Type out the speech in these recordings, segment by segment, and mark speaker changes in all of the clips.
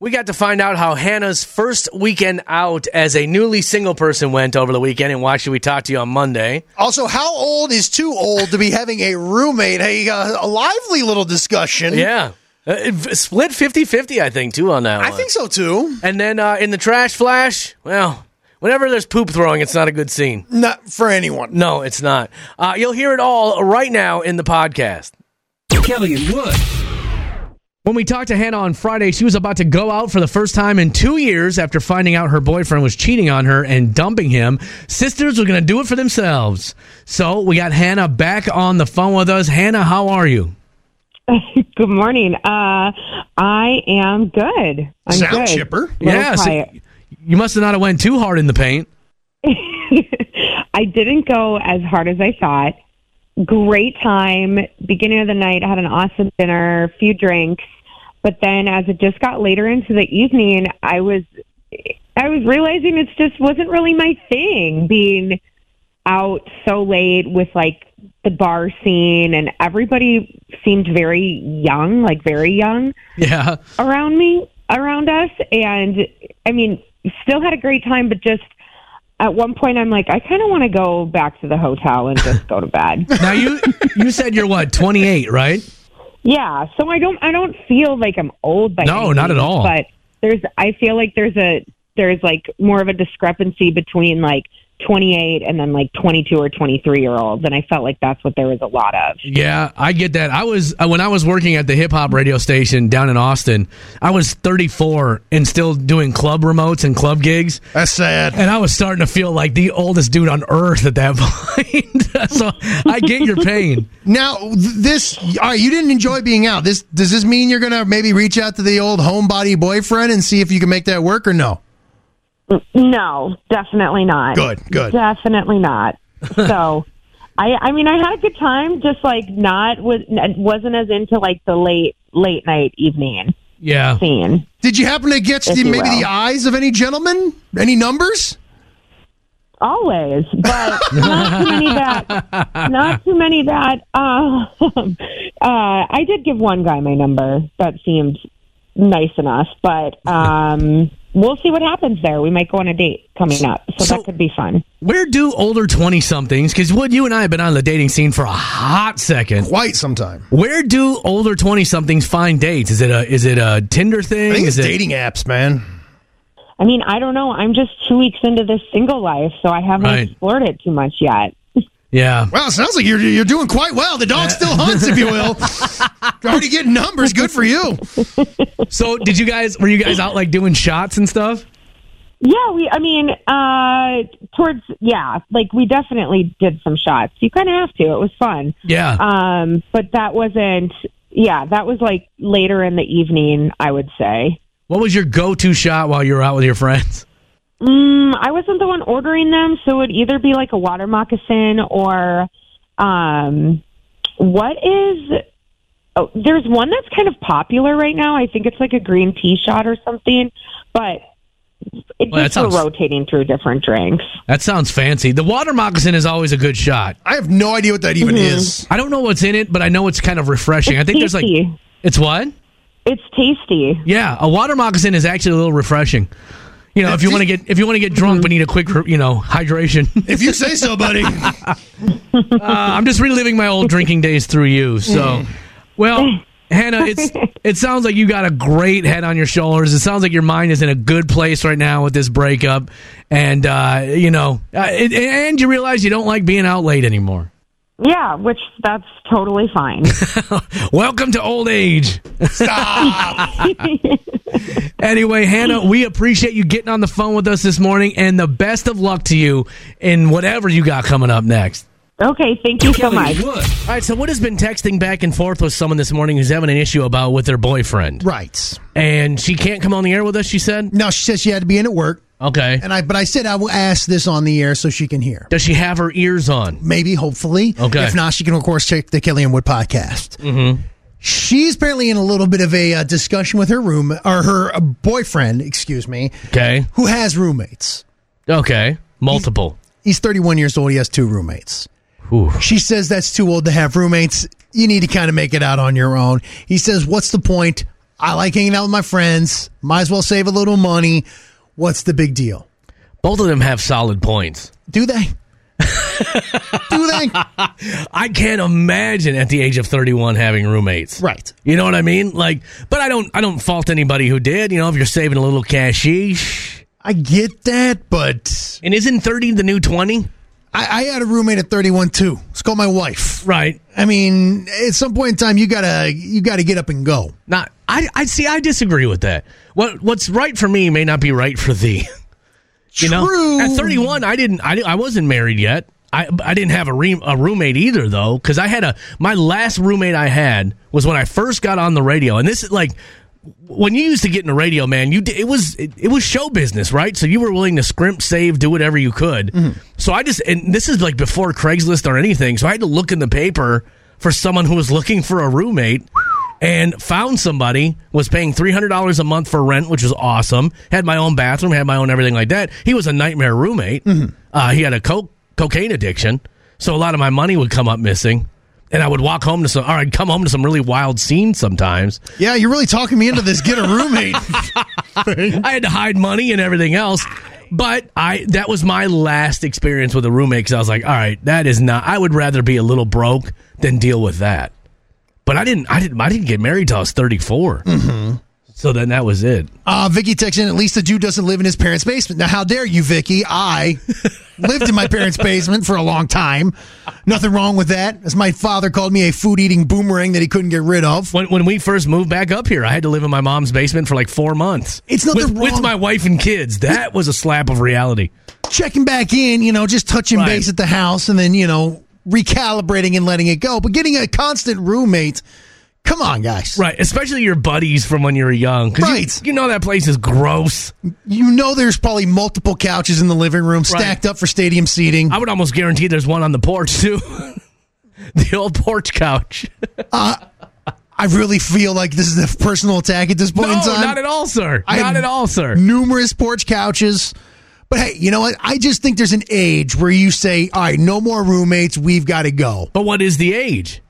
Speaker 1: We got to find out how Hannah's first weekend out as a newly single person went over the weekend, and why should we talk to you on Monday?
Speaker 2: Also, how old is too old to be having a roommate? A, uh, a lively little discussion.
Speaker 1: Yeah. Uh, it v- split 50 50, I think, too, on that
Speaker 2: I
Speaker 1: one.
Speaker 2: think so too.
Speaker 1: And then uh, in the trash flash, well, whenever there's poop throwing, it's not a good scene.
Speaker 2: Not for anyone.
Speaker 1: No, it's not. Uh, you'll hear it all right now in the podcast.
Speaker 3: Kelly and Wood.
Speaker 1: When we talked to Hannah on Friday, she was about to go out for the first time in two years after finding out her boyfriend was cheating on her and dumping him. Sisters were going to do it for themselves. So we got Hannah back on the phone with us. Hannah, how are you?
Speaker 4: Good morning. Uh, I am good. I'm
Speaker 2: Sound
Speaker 4: good.
Speaker 2: chipper.
Speaker 4: A little
Speaker 1: Yeah, so
Speaker 4: quiet.
Speaker 1: you must have not have went too hard in the paint.
Speaker 4: I didn't go as hard as I thought. Great time. Beginning of the night, I had an awesome dinner, few drinks, but then as it just got later into the evening, I was, I was realizing it just wasn't really my thing. Being out so late with like the bar scene, and everybody seemed very young, like very young.
Speaker 1: Yeah.
Speaker 4: around me, around us, and I mean, still had a great time, but just at one point, I'm like, I kind of want to go back to the hotel and just go to bed.
Speaker 1: Now you you said you're what 28, right?
Speaker 4: yeah, so I don't, I don't feel like I'm old by
Speaker 1: No,
Speaker 4: any
Speaker 1: not at
Speaker 4: means,
Speaker 1: all.
Speaker 4: But there's, I feel like there's a, there's like more of a discrepancy between like 28 and then like 22 or 23 year olds, and I felt like that's what there was a lot of.
Speaker 1: Yeah, I get that. I was uh, when I was working at the hip hop radio station down in Austin. I was 34 and still doing club remotes and club gigs,
Speaker 2: That's sad.
Speaker 1: and I was starting to feel like the oldest dude on earth at that point. so I get your pain.
Speaker 2: Now th- this. All right, you didn't enjoy being out. This does this mean you're gonna maybe reach out to the old homebody boyfriend and see if you can make that work or no?
Speaker 4: No, definitely not.
Speaker 2: Good, good.
Speaker 4: Definitely not. so, I I mean, I had a good time, just like not was wasn't as into like the late late night evening
Speaker 1: Yeah,
Speaker 4: scene.
Speaker 2: Did you happen to get the,
Speaker 4: you
Speaker 2: maybe
Speaker 4: will.
Speaker 2: the eyes of any gentleman? Any numbers?
Speaker 4: Always, but not too many that not too many that. Um, uh, I did give one guy my number. That seemed nice enough, but um, we'll see what happens there. We might go on a date coming up,
Speaker 1: So-
Speaker 4: so that could be fun.
Speaker 1: where do older 20 somethings? Because Wood, you and I have been on the dating scene for a hot second.
Speaker 2: Quite sometime.
Speaker 1: Where do older 20 somethings find dates? Is it a is it a Tinder thing?
Speaker 2: I think it's
Speaker 1: is it
Speaker 2: dating apps, man.
Speaker 4: I mean, I don't know. I'm just two weeks into this single life, so I haven't
Speaker 1: Right.
Speaker 4: explored it too much yet.
Speaker 1: Yeah.
Speaker 2: Well, it sounds like you're you're doing quite well. The
Speaker 1: Uh,
Speaker 2: dog still hunts, if you will. You're already getting numbers. Good for you.
Speaker 1: So did you guys were you guys out like doing shots and stuff?
Speaker 4: Yeah, we. I mean, uh, towards yeah, like we definitely did some shots. You kind of have to. It was fun.
Speaker 1: Yeah.
Speaker 4: Um, but that wasn't. Yeah, that was like later in the evening. I would say.
Speaker 1: What was your go-to shot while you were out with your friends?
Speaker 4: Mm, I wasn't the one ordering them, so it'd either be like a water moccasin or, um, what is? Oh, there's one that's kind of popular right now. I think it's like a green tea shot or something, but it
Speaker 1: Well, that
Speaker 4: just we're
Speaker 1: sounds-
Speaker 4: rotating through different drinks.
Speaker 1: That sounds fancy. The water moccasin is always a good shot.
Speaker 2: I have no idea what that even is.
Speaker 1: I don't know what's in it, but I know it's kind of refreshing. I think there's like
Speaker 4: Tasty.
Speaker 1: it's what?
Speaker 4: It's tasty.
Speaker 1: Yeah, a water moccasin is actually a little refreshing. You know, if you want to get if you want to get drunk but need a quick, you know, hydration.
Speaker 2: If you say so, buddy.
Speaker 1: Uh, I'm just reliving my old drinking days through you. So, well, Hannah, it's it sounds like you got a great head on your shoulders. It sounds like your mind is in a good place right now with this breakup, and uh, you know, uh, it, and you realize you don't like being out late anymore.
Speaker 4: Yeah, which that's totally fine.
Speaker 1: Welcome to old age.
Speaker 2: Stop.
Speaker 1: Anyway, Hannah, we appreciate you getting on the phone with us this morning, and the best of luck to you in whatever you got coming up next.
Speaker 4: okay, thank you so much.
Speaker 3: Wood.
Speaker 1: All right, so what has been texting back and forth with someone this morning who's having an issue about with their boyfriend,
Speaker 2: Right.
Speaker 1: and she can't come on the air with us? She said,
Speaker 2: Now she says she had to be in at work,
Speaker 1: "Okay."
Speaker 2: and I but I said I will ask this on the air so she can hear.
Speaker 1: Does she have her ears on?
Speaker 2: Maybe, hopefully.
Speaker 1: Okay.
Speaker 2: If not, she can of course check the Kelly and Wood podcast. Mm-hmm. She's apparently in a little bit of a uh, discussion with her room or her uh, boyfriend, excuse me,
Speaker 1: Okay,
Speaker 2: who has roommates.
Speaker 1: okay, multiple.
Speaker 2: He's 31 years old. He has two roommates.
Speaker 1: Ooh.
Speaker 2: She says that's too old to have roommates. You need to kind of make it out on your own. He says, What's the point? I like hanging out with my friends. Might as well save a little money. What's the big deal?
Speaker 1: Both of them have solid points.
Speaker 2: Do they? Do they?
Speaker 1: I can't imagine at the age of 31 having roommates.
Speaker 2: Right.
Speaker 1: You know what I mean? Like, but I don't. I don't fault anybody who did. You know, if you're saving a little cashish.
Speaker 2: I get that, but
Speaker 1: And isn't 30 the new 20?
Speaker 2: I, I had a roommate at 31 too. It's called my wife.
Speaker 1: Right.
Speaker 2: I mean, at some point in time, you gotta you gotta get up and go.
Speaker 1: Not. I. I see. I disagree with that. What What's right for me may not be right for thee. You
Speaker 2: True.
Speaker 1: know, at 31, I didn't, I, I wasn't married yet. I, I didn't have a, re, a roommate either though, because I had a my last roommate I had was when I first got on the radio, and this is like when you used to get in the radio, man. You did, it was it, it was show business, right? So you were willing to scrimp, save, do whatever you could. So I just and this is like before Craigslist or anything, so I had to look in the paper for someone who was looking for a roommate. And found somebody was paying three hundred dollars a month for rent, which was awesome. Had my own bathroom, had my own everything like that. He was a nightmare roommate. Uh, he had a coke cocaine addiction, so a lot of my money would come up missing, and I would walk home to some, or I'd come home to some really wild scenes sometimes.
Speaker 2: Yeah, you're really talking me into this. Get a roommate.
Speaker 1: I had to hide money and everything else. But I that was my last experience with a roommate because I was like, all right, that is not. I would rather be a little broke than deal with that. But I didn't. I didn't. I didn't get married till I was thirty Mm-hmm. So then that was it.
Speaker 2: Uh, Vicky texts in, at least the Jew doesn't live in his parents' basement. Now, how dare you, Vicky? I lived in my parents' basement for a long time. Nothing wrong with that. As my father called me a food eating boomerang that he couldn't get rid of.
Speaker 1: When when we first moved back up here, I had to live in my mom's basement for like four months.
Speaker 2: It's nothing
Speaker 1: with,
Speaker 2: wrong-
Speaker 1: with my wife and kids. That was a slap of reality.
Speaker 2: Checking back in, you know, just touching
Speaker 1: Right.
Speaker 2: base at the house and then, you know, recalibrating and letting it go. But getting a constant roommate, come on, guys.
Speaker 1: Right, especially your buddies from when you were young. 'cause you-
Speaker 2: Right.
Speaker 1: you know that place is gross.
Speaker 2: You know, there's probably multiple couches in the living room stacked up for stadium seating.
Speaker 1: I would almost guarantee there's one on the porch too. the old porch couch.
Speaker 2: I really feel like this is a personal attack at this point
Speaker 1: No,
Speaker 2: in time.
Speaker 1: not at all, sir.
Speaker 2: I-
Speaker 1: not at all, sir.
Speaker 2: numerous porch couches. But hey, you know what? I just think there's an age where you say, all right, no more roommates. We've got to go.
Speaker 1: But what is the age?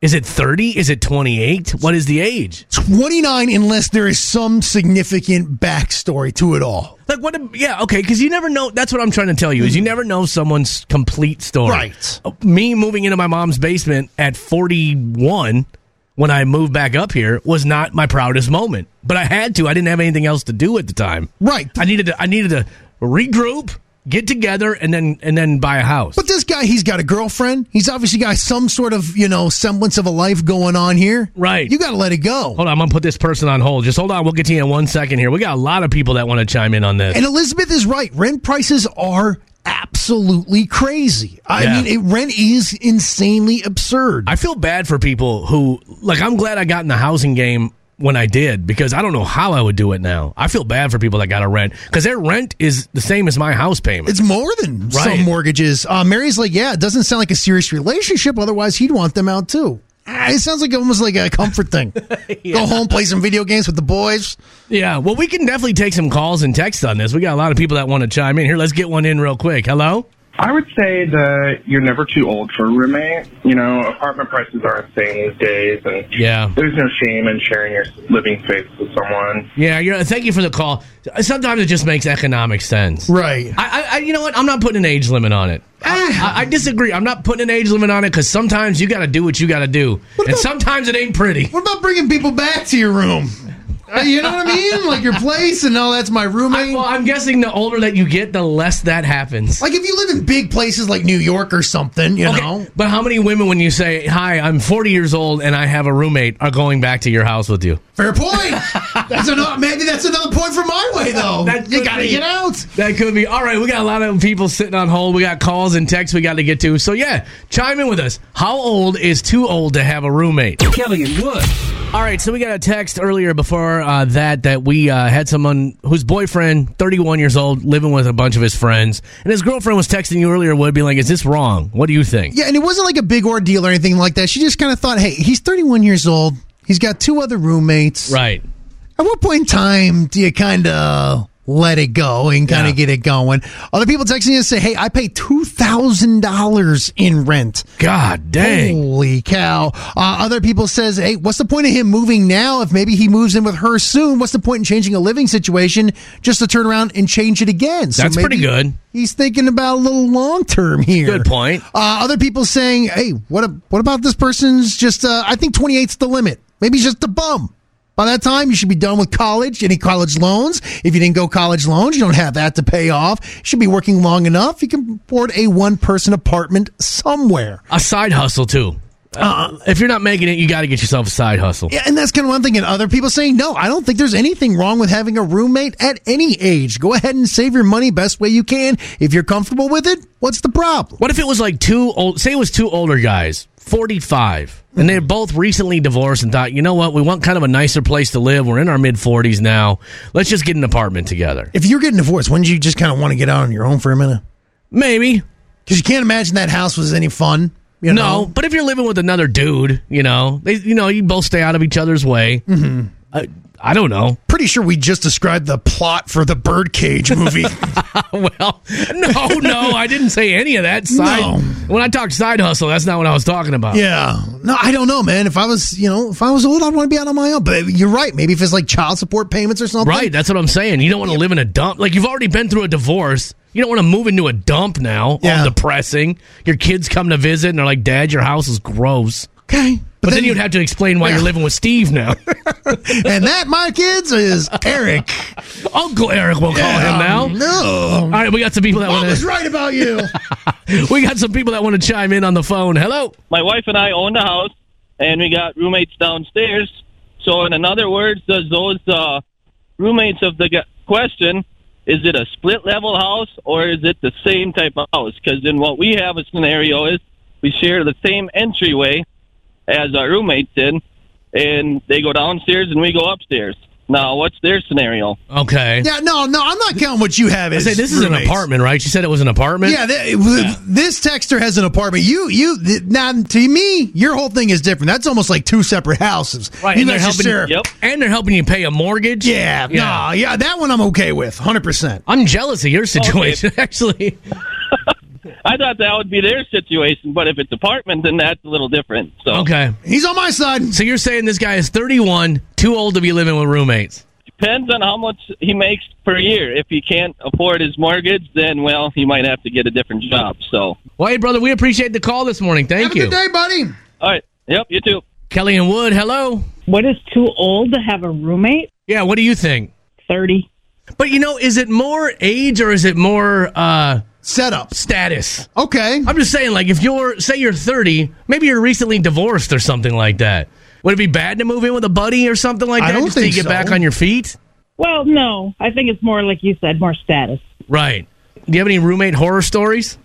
Speaker 1: Is it 30? Is it 28? What is the age?
Speaker 2: 29, unless there is some significant backstory to it all.
Speaker 1: Like what? a- Yeah, okay. Because you never know. That's what I'm trying to tell you is you never know someone's complete story.
Speaker 2: Mm-hmm. Right.
Speaker 1: Uh, Me moving into my mom's basement at 41 when I moved back up here was not my proudest moment, but I had to. I didn't have anything else to do at the time.
Speaker 2: Right.
Speaker 1: I needed to. I needed to regroup, get together, and then and then buy a house.
Speaker 2: But this guy, he's got a girlfriend. He's obviously got some sort of, you know, semblance of a life going on here.
Speaker 1: Right. Oh.
Speaker 2: You got to let it go.
Speaker 1: Hold on, I'm gonna put this person on hold. Just hold on. We'll get to you in one second here. We got a lot of people that want to chime in on this.
Speaker 2: And Elizabeth is right. Rent prices are absolutely crazy. I
Speaker 1: Yeah.
Speaker 2: mean, it, rent is insanely absurd.
Speaker 1: I feel bad for people who like. I'm glad I got in the housing game when I did because I don't know how I would do it now. I feel bad for people that got to rent because their rent is the same as my house payment.
Speaker 2: It's more than
Speaker 1: Right.
Speaker 2: some mortgages. Uh, Mary's like, yeah, it doesn't sound like a serious relationship. Otherwise, he'd want them out too. Ah, It sounds like almost like a comfort thing. Go home, play some video games with the boys.
Speaker 1: yeah. Well, we can definitely take some calls and texts on this. We got a lot of people that want to chime in here. Let's get one in real quick. Hello.
Speaker 3: I would say that you're never too old for a roommate. You know, apartment prices are insane these days, and
Speaker 1: Yeah.
Speaker 3: there's no shame in sharing your living space with someone.
Speaker 1: Yeah. You're, thank you for the call. Sometimes it just makes economic sense.
Speaker 2: Right.
Speaker 1: I, I- I, you know what? I'm not putting an age limit on it. I,
Speaker 2: Ah.
Speaker 1: I, I disagree. I'm not putting an age limit on it because sometimes you got to do what you got to do, and
Speaker 2: about-
Speaker 1: sometimes it ain't pretty.
Speaker 2: What about bringing people back to your room? Uh, you know what I mean? Like your place and all that's my
Speaker 1: I,
Speaker 2: roommate.
Speaker 1: well, I'm guessing the older that you get, the less that happens.
Speaker 2: like if you live in big places like New York or something, you
Speaker 1: Okay,
Speaker 2: know?
Speaker 1: But how many women, when you say, "Hi, I'm 40 years old and I have a roommate," are going back to your house with you?
Speaker 2: Fair point. that's another, maybe that's another point for my way though.
Speaker 1: That
Speaker 2: you
Speaker 1: could
Speaker 2: gotta
Speaker 1: be.
Speaker 2: get out.
Speaker 1: That could be. All right, we got a lot of people sitting on hold. We got calls and texts we got to get to. So yeah, chime in with us. How old is too old to have a roommate?
Speaker 5: Kelly and Wood.
Speaker 1: All right, so we got a text earlier before uh, that that we uh, had someone whose boyfriend, 31 years old, living with a bunch of his friends, and his girlfriend was texting you earlier, would be like, "Is this wrong? What do you think?"
Speaker 2: Yeah, and it wasn't like a big ordeal or anything like that. She just kind of thought, hey, he's 31 years old. He's got two other roommates.
Speaker 1: Right.
Speaker 2: At what point in time do you kind of let it go and kind
Speaker 1: Yeah.
Speaker 2: of get it going. Other people texting us say, "Hey, I pay two thousand dollars in rent."
Speaker 1: God dang.
Speaker 2: Holy cow! Uh, other people says, "Hey, what's the point of him moving now? If maybe he moves in with her soon, what's the point in changing a living situation just to turn around and change it again?" So
Speaker 1: That's
Speaker 2: maybe
Speaker 1: pretty good.
Speaker 2: He's thinking about a little long term here.
Speaker 1: Good point.
Speaker 2: Uh, other people saying, "Hey, what a, what about this person's just? Uh, I think 28's the limit. Maybe he's just a bum." By that time, you should be done with college, any college loans. If you didn't go college loans, you don't have that to pay off. You should be working long enough. You can afford a one person apartment somewhere.
Speaker 1: A side hustle too.
Speaker 5: Uh-uh.
Speaker 1: Uh, if you're not making it, you got to get yourself a side hustle.
Speaker 2: Yeah, and that's kind of one thing. And other people saying, no, I don't think there's anything wrong with having a roommate at any age. Go ahead and save your money best way you can. If you're comfortable with it, what's the problem?
Speaker 1: What if it was like two old? Say it was two older guys, forty-five, and they're both recently divorced and thought, you know what, we want kind of a nicer place to live. We're in our mid-forties now. Let's just get an apartment together.
Speaker 2: If you're getting divorced, wouldn't you just kind of want to get out on your own for a minute?
Speaker 1: Maybe
Speaker 2: Because you can't imagine that house was any fun. You
Speaker 1: no,
Speaker 2: know?
Speaker 1: but if you're living with another dude, you know, they, you know, you both stay out of each other's way. Mm-hmm. I, I don't know.
Speaker 2: Pretty sure we just described the plot for the Birdcage movie.
Speaker 1: well, no, no, I didn't say any of that. Side.
Speaker 2: No.
Speaker 1: When I talked side hustle, that's not what I was talking about.
Speaker 2: yeah. No, I don't know, man. If I was, you know, if I was old, I'd want to be out on my own. But you're right. Maybe if it's like child support payments or something.
Speaker 1: Right, that's what I'm saying. You don't want to live in a dump. Like you've already been through a divorce. You don't want to move into a dump now.
Speaker 2: Yeah.
Speaker 1: All depressing. Your kids come to visit and they're like, "Dad, your house is gross."
Speaker 2: Okay.
Speaker 1: But, then, you'd have to explain why you're living with Steve now.
Speaker 2: and that, my kids, is Eric.
Speaker 1: Uncle Eric, we'll call Oh, him now. Oh,
Speaker 2: No.
Speaker 1: All right, we got some people that
Speaker 2: I was
Speaker 1: want
Speaker 2: right about you.
Speaker 1: to. We got some people that want to chime in on the phone. Hello.
Speaker 5: my wife and I own the house, and we got roommates downstairs. So, in another words, does those uh, roommates of the g- question is it a split level house or is it the same type of house? Because in what we have a scenario is we share the same entryway as our roommates did, and they go downstairs and we go upstairs. Now, what's their scenario?
Speaker 1: Okay.
Speaker 2: yeah, no, no, I'm not counting what you have.
Speaker 1: I say this is an apartment, right? She said it was an apartment.
Speaker 2: Yeah, th- this texter has an apartment. You, you, th- now to me, your whole thing is different. That's almost like two separate houses.
Speaker 1: Right.
Speaker 2: You
Speaker 1: and they're
Speaker 2: guys just
Speaker 1: helping.
Speaker 2: share-
Speaker 5: Yep.
Speaker 1: And they're helping you pay a mortgage.
Speaker 2: Yeah, yeah, nah, yeah, that one I'm okay with, hundred percent.
Speaker 1: I'm jealous of your situation, actually.
Speaker 5: I thought that would be their situation, but if it's apartment, then that's a little different. So,
Speaker 1: Okay.
Speaker 2: He's on my side.
Speaker 1: So you're saying this guy is 31, too old to be living with roommates.
Speaker 5: depends on how much he makes per year. If he can't afford his mortgage, then well, he might have to get a different job. So,
Speaker 1: Well, hey, brother, we appreciate the call this morning. Thank
Speaker 2: Have
Speaker 1: you.
Speaker 2: a good day, buddy.
Speaker 5: all right, yep, you too.
Speaker 1: Kelly and Wood, hello.
Speaker 6: What is too old to have a roommate?
Speaker 1: Yeah, what do you think?
Speaker 6: 30.
Speaker 1: But you know, is it more age or is it more uh,
Speaker 2: Setup.
Speaker 1: status?
Speaker 2: Okay.
Speaker 1: I'm just saying, like, if you're, say you're 30, maybe you're recently divorced or something like that. Would it be bad to move in with a buddy or something like
Speaker 2: I
Speaker 1: that?
Speaker 2: don't
Speaker 1: just till you
Speaker 2: think
Speaker 1: get
Speaker 2: so.
Speaker 1: back on your feet?
Speaker 6: Well, no. I think it's more like you said, more status.
Speaker 1: Right. Do you have any roommate horror stories?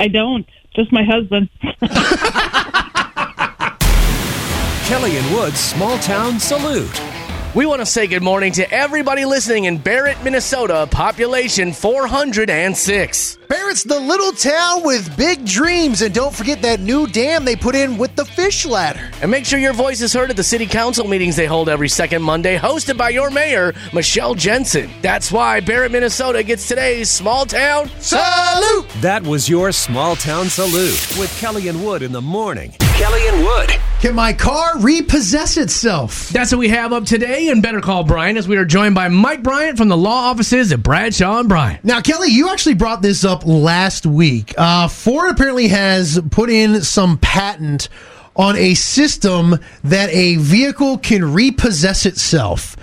Speaker 6: I don't. Just my husband.
Speaker 7: Kelly and Wood's Small Town Salute.
Speaker 1: We want to say good morning to everybody listening in Barrett, Minnesota, population 406.
Speaker 2: Barrett's the little town with big dreams, and don't forget that new dam they put in with the fish ladder.
Speaker 1: And make sure your voice is heard at the city council meetings they hold every second Monday, hosted by your mayor, Michelle Jensen. That's why Barrett, Minnesota gets today's small town.
Speaker 2: Salute.
Speaker 7: That was your Small Town Salute with Kelly and Wood in the morning. Kelly and Wood.
Speaker 2: Can my car repossess itself?
Speaker 1: That's what we have up today and Better Call Brian as we are joined by Mike Bryant from the law offices at Bradshaw and Bryant.
Speaker 2: Now, Kelly, you actually brought this up last week. Uh, Ford apparently has put in some patent on a system that a vehicle can repossess itself.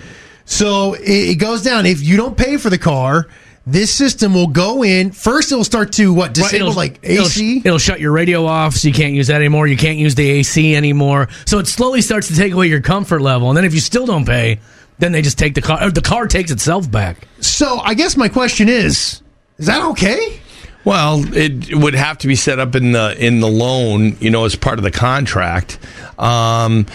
Speaker 2: So it, it goes down. If you don't pay for the car, this system will go in. First, it will start to what disable like AC.
Speaker 1: It'll, shut your radio off, so you can't use that anymore. You can't use the AC anymore. So it slowly starts to take away your comfort level. And then if you still don't pay, then they just take the car. Or the car takes itself back.
Speaker 2: so I guess my question is: Is that okay?
Speaker 8: Well, it would have to be set up in the in the loan, you know, as part of the contract. Um,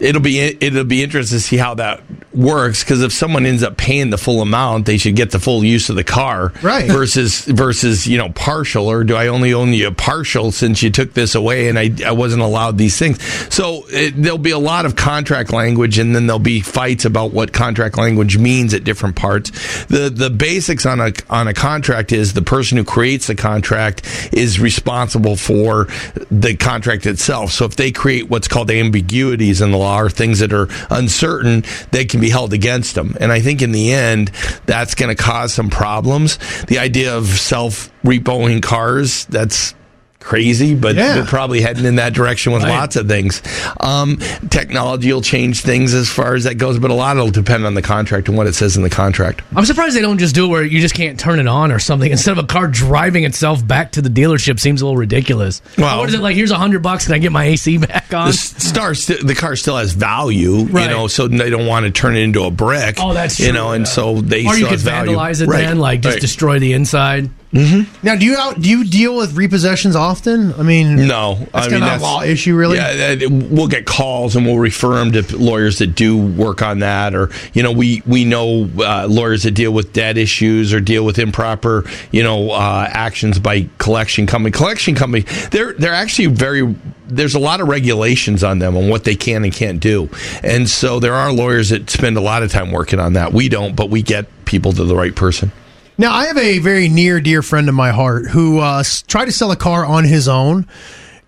Speaker 8: it'll be it'll be interesting to see how that works because if someone ends up paying the full amount, they should get the full use of the car,
Speaker 2: Right.
Speaker 8: Versus versus you know partial or do I only own you a partial since you took this away and I I wasn't allowed these things. So it, there'll be a lot of contract language and then there'll be fights about what contract language means at different parts. The the basics on a on a contract is the person who creates the contract is responsible for the contract itself. So if they create what's called ambiguities in the law or things that are uncertain, they can be held against them. And I think in the end, that's going to cause some problems. The idea of self repoing cars, that's crazy, but
Speaker 2: Yeah.
Speaker 8: we're probably heading in that direction with
Speaker 1: Right.
Speaker 8: lots of things. Um, technology will change things as far as that goes, but a lot will depend on the contract and what it says in the contract.
Speaker 1: I'm surprised they don't just do it where you just can't turn it on or something. Instead of a car driving itself back to the dealership, seems a little ridiculous.
Speaker 8: Well-
Speaker 1: what is it like? Here's a hundred bucks, and I get my AC back on?
Speaker 8: The s- star, st- the car still has value, you
Speaker 1: Right.
Speaker 8: know, so they don't want to turn it into a brick.
Speaker 1: Oh, that's
Speaker 8: you
Speaker 1: true,
Speaker 8: know, and
Speaker 1: yeah.
Speaker 8: so they
Speaker 1: or you
Speaker 8: still
Speaker 1: could
Speaker 8: has value.
Speaker 1: vandalize it
Speaker 8: Right,
Speaker 1: then, like just
Speaker 8: right.
Speaker 1: destroy the inside.
Speaker 2: Now, do you out, do you deal with repossessions often? I mean,
Speaker 8: No,
Speaker 2: That's
Speaker 8: I
Speaker 2: kind
Speaker 8: mean
Speaker 2: of a law issue, really.
Speaker 8: Yeah, that- we'll get calls and we'll refer them to lawyers that do work on that, or you know, we we know uh, lawyers that deal with debt issues or deal with improper you know uh, actions by collection company. Collection company, they're they're actually very. There's a lot of regulations on them on what they can and can't do, and so there are lawyers that spend a lot of time working on that. We don't, but we get people to the right person.
Speaker 2: Now, I have a very near dear friend of my heart who uh, s- tried to sell a car on his own,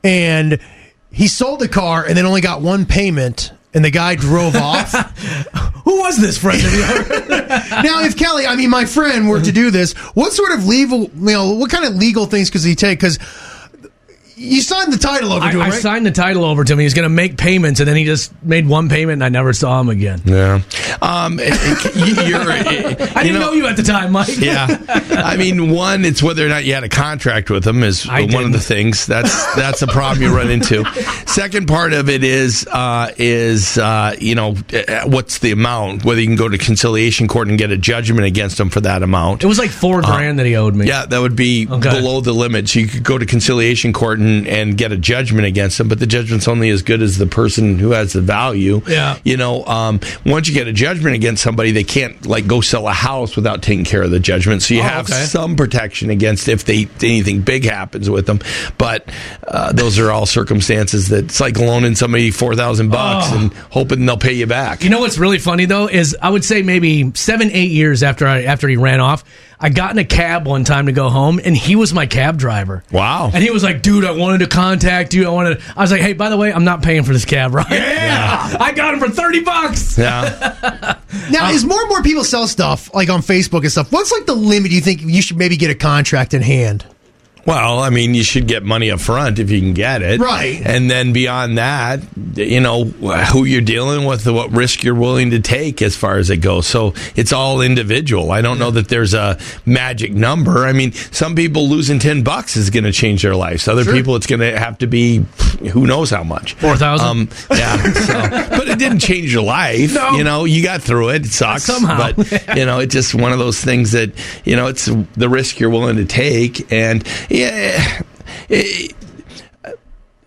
Speaker 2: and he sold the car and then only got one payment, and the guy drove off.
Speaker 1: Who was this friend of yours?
Speaker 2: now, if Kelly, I mean, my friend, were to do this, what sort of legal, you know, what kind of legal things could he take? Because you signed the title over
Speaker 1: I,
Speaker 2: to him,
Speaker 1: I
Speaker 2: right?
Speaker 1: signed the title over to him. He was going to make payments, and then he just made one payment, and I never saw him again.
Speaker 8: Yeah, um, it- it- you're. I
Speaker 1: I didn't know, you at the time, Mike.
Speaker 8: Yeah, I mean, one, it's whether or not you had a contract with them is
Speaker 1: I
Speaker 8: one of the
Speaker 1: didn't.
Speaker 8: things. That's that's a problem you run into. Second part of it is uh, is uh, you know eh, what's the amount? Whether you can go to conciliation court and get a judgment against them for that amount.
Speaker 1: It was like four grand that he owed me.
Speaker 8: Uh-huh. Yeah, that would be
Speaker 1: Okay.
Speaker 8: below the limit. So you could go to conciliation court and, and get a judgment against them, but the judgment's only as good as the person who has the value.
Speaker 1: Yeah.
Speaker 8: You know, um, once you get a judgment against somebody, they can't like go sell a house without taking care of the judgment. So you
Speaker 1: Oh,
Speaker 8: have
Speaker 1: okay.
Speaker 8: some protection against if they anything big happens with them. But uh, those are all circumstances that it's like loaning somebody four thousand bucks and hoping they'll pay you back.
Speaker 1: Oh. You know what's really funny though is I would say maybe seven, eight years after I after he ran off, I got in a cab one time to go home, and he was my cab driver.
Speaker 8: Wow.
Speaker 1: And he was like, "Dude, I wanted to contact you. I wanted." I was like, "Hey, by the way, I'm not paying for this cab ride. Yeah, I got him for thirty bucks.
Speaker 8: yeah.
Speaker 2: now, as more and more people sell stuff, like on Facebook and stuff, what's like the limit you think you should maybe get a contract in hand?
Speaker 8: Well, I mean, you should get money up front if you can get it.
Speaker 2: Right.
Speaker 8: And then beyond that, you know, who you're dealing with, what risk you're willing to take as far as it goes. So it's all individual. I don't know that there's a magic number. I mean, some people losing 10 bucks is going to change their lives. Other people, it's going to have to be who knows how much.
Speaker 1: 4,000?
Speaker 8: Um, yeah. so- but it didn't change your life.
Speaker 1: No.
Speaker 8: You know, you got through it. It sucks.
Speaker 1: Somehow.
Speaker 8: But you know, it's just one of those things that you know it's the risk you're willing to take, and yeah, it,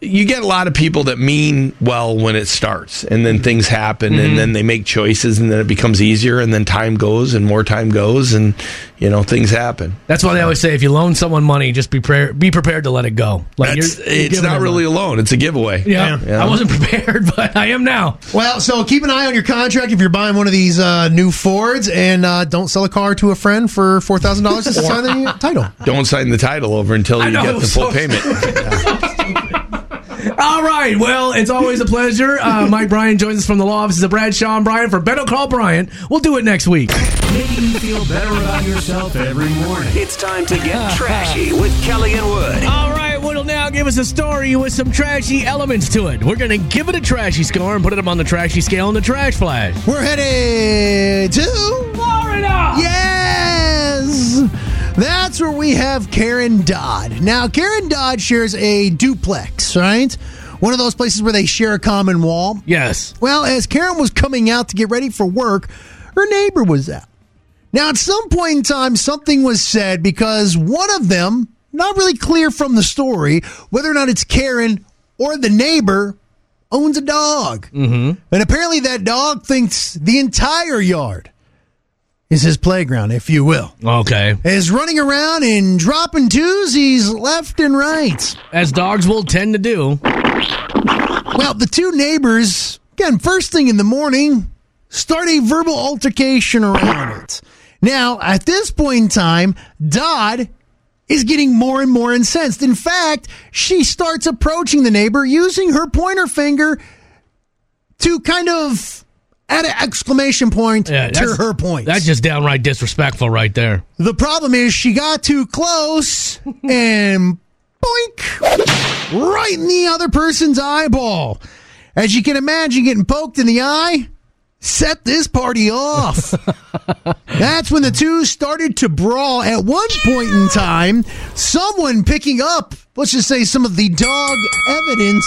Speaker 8: you get a lot of people that mean well when it starts, and
Speaker 1: Mm-hmm.
Speaker 8: then things happen, and then they make choices, and then it becomes easier, and then time goes, and more time goes, and you know things happen.
Speaker 1: That's why they always say if you loan someone money, just be pre- be prepared to let it go. Like
Speaker 8: That's,
Speaker 1: you're- you're
Speaker 8: it's
Speaker 1: giving
Speaker 8: not
Speaker 1: them
Speaker 8: really
Speaker 1: money.
Speaker 8: a loan; it's a giveaway.
Speaker 1: Yeah.
Speaker 8: Yeah.
Speaker 1: I wasn't prepared, but I am now.
Speaker 2: Well, so keep an eye on your contract if you're buying one of these uh, new Fords, and uh, don't sell a car to a friend for four thousand dollars to sign the title.
Speaker 8: Don't sign the title over until
Speaker 1: I
Speaker 8: you
Speaker 1: know, it
Speaker 8: get the
Speaker 1: was
Speaker 8: full
Speaker 1: so
Speaker 8: payment.
Speaker 1: All right. Well, it's always a pleasure. Uh, Mike Bryan joins us from the law offices of Brad Sean Bryan for Better Call Bryan. We'll do it next week.
Speaker 7: Making you feel better about yourself every morning. It's time to get trashy with Kelly and Wood.
Speaker 1: All right, Wood'll now give us a story with some trashy elements to it. We're gonna give it a trashy score and put it up on the trashy scale in the trash flash.
Speaker 2: We're headed to
Speaker 1: Florida.
Speaker 2: yes. That's where we have Karen Dodd. Now, Karen Dodd shares a duplex, right? One of those places where they share a common wall.
Speaker 1: Yes.
Speaker 2: Well, as Karen was coming out to get ready for work, her neighbor was out. Now, at some point in time, something was said because one of them, not really clear from the story, whether or not it's Karen or the neighbor, owns a dog.
Speaker 1: Mm-hmm.
Speaker 2: And apparently that dog thinks the entire yard is his playground, if you will.
Speaker 1: Okay.
Speaker 2: Is running around and dropping twosies left and right.
Speaker 1: As dogs will tend to do.
Speaker 2: Well, the two neighbors, again, first thing in the morning, start a verbal altercation around it. Now, at this point in time, Dodd is getting more and more incensed. In fact, she starts approaching the neighbor using her pointer finger to kind of add an exclamation point
Speaker 1: Yeah,
Speaker 2: to
Speaker 1: that's-
Speaker 2: her point.
Speaker 1: That's just downright disrespectful right there.
Speaker 2: the problem is she got too close and boink right in the other person's eyeball. As you can imagine, getting poked in the eye set this party off. That's when the two started to brawl. At one point in time, someone picking up, let's just say, some of the dog evidence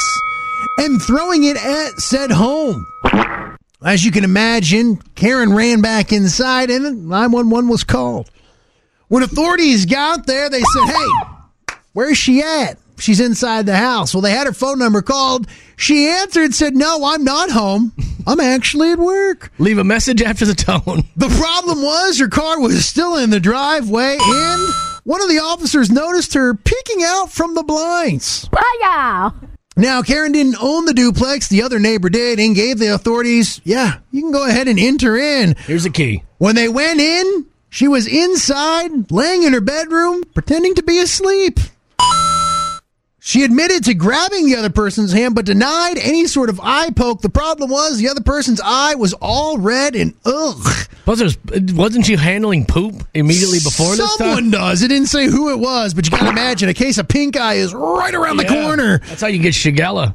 Speaker 2: and throwing it at said home. As you can imagine, Karen ran back inside and 911 was called. When authorities got there, they said, Hey, where's she at? She's inside the house. Well, they had her phone number called. She answered, said, No, I'm not home. I'm actually at work.
Speaker 1: Leave a message after the tone.
Speaker 2: The problem was her car was still in the driveway, and one of the officers noticed her peeking out from the blinds. Now, Karen didn't own the duplex. The other neighbor did and gave the authorities, yeah, you can go ahead and enter in.
Speaker 1: Here's a key.
Speaker 2: When they went in, she was inside, laying in her bedroom, pretending to be asleep. She admitted to grabbing the other person's hand, but denied any sort of eye poke. The problem was the other person's eye was all red and ugh.
Speaker 1: Plus, there's- wasn't she handling poop immediately before this time?
Speaker 2: Someone does. It didn't say who it was, but you gotta imagine a case of pink eye is right around the
Speaker 1: Yeah.
Speaker 2: corner.
Speaker 1: That's how you get Shigella.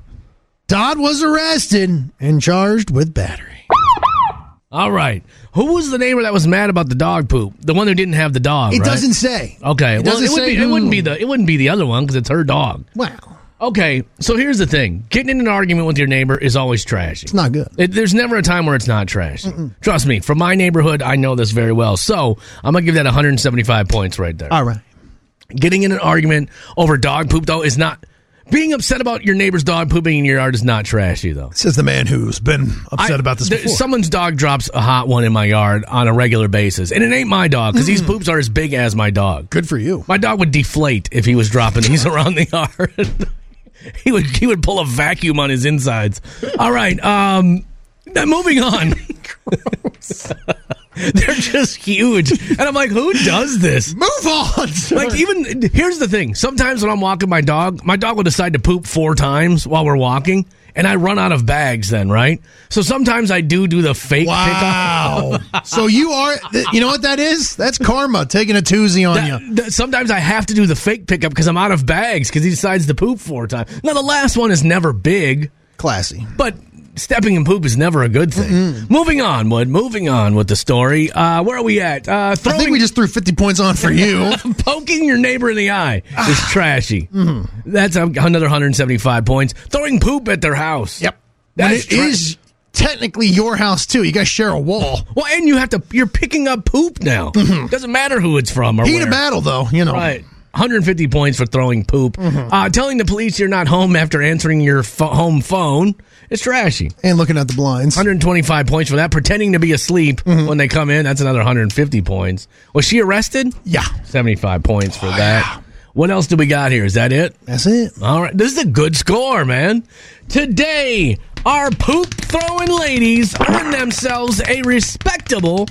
Speaker 2: Dodd was arrested and charged with battery.
Speaker 1: All right. Who was the neighbor that was mad about the dog poop? The one who didn't have the dog.
Speaker 2: It
Speaker 1: right?
Speaker 2: doesn't say.
Speaker 1: Okay. well,
Speaker 2: doesn't
Speaker 1: it, would
Speaker 2: say
Speaker 1: be, it wouldn't
Speaker 2: who.
Speaker 1: be the it wouldn't be the other one because it's her dog.
Speaker 2: Wow.
Speaker 1: Okay. So here's the thing: getting in an argument with your neighbor is always trashy.
Speaker 2: It's not good.
Speaker 1: It, there's never a time where it's not trash. Trust me, from my neighborhood, I know this very well. So I'm gonna give that 175 points right there.
Speaker 2: All right.
Speaker 1: Getting in an argument over dog poop though is not. Being upset about your neighbor's dog pooping in your yard is not trashy though.
Speaker 2: Says the man who's been upset
Speaker 1: I-
Speaker 2: about this
Speaker 1: there-
Speaker 2: before.
Speaker 1: Someone's dog drops a hot one in my yard on a regular basis, and it ain't my dog because these
Speaker 2: Hmm.
Speaker 1: poops are as big as my dog.
Speaker 2: good for you.
Speaker 1: My dog would deflate if he was dropping these around the yard. he would he would pull a vacuum on his insides. All right, um, now moving on. They're just huge, and I'm like, who does this?
Speaker 2: Move on.
Speaker 1: Like even here's the thing. Sometimes when I'm walking my dog, my dog will decide to poop four times while we're walking, and I run out of bags. Then right, so sometimes I do do the fake
Speaker 2: wow. so you are, th- you know what that is? That's karma taking a toozy on
Speaker 1: pickup.
Speaker 2: you.
Speaker 1: Th- Sometimes I have to do the fake pickup because I'm out of bags because he decides to poop four times. Now the last one is never big,
Speaker 2: Classy.
Speaker 1: but stepping in poop is never a good thing. Moving on, Wood. Moving on with the story. Uh, where are we at? Uh,
Speaker 2: I
Speaker 1: throwing,
Speaker 2: think we just threw 50 points on for you.
Speaker 1: poking your neighbor in the eye is trashy. That's um, another 175 points. Throwing poop at their house.
Speaker 2: When
Speaker 1: That's
Speaker 2: it
Speaker 1: tra-
Speaker 2: is technically your house, too. You guys share a wall.
Speaker 1: Well, and you have to. You're picking up poop now. Doesn't matter who it's from or
Speaker 2: Heat
Speaker 1: where.
Speaker 2: Mm-hmm. a battle, though, you know.
Speaker 1: Right. 150 points for throwing poop.
Speaker 2: Mm-hmm.
Speaker 1: Uh, telling the police you're not home after answering your pho- home phone is trashy.
Speaker 2: And looking at the blinds.
Speaker 1: 125 points for that. Pretending to be asleep
Speaker 2: Mm-hmm.
Speaker 1: when they come in, that's another 150 points. Was she arrested?
Speaker 2: Yeah.
Speaker 1: 75 points for that. What else do we got here? Is that it?
Speaker 2: That's it.
Speaker 1: All right. This is a good score, man. Today, our poop throwing ladies earned themselves a respectable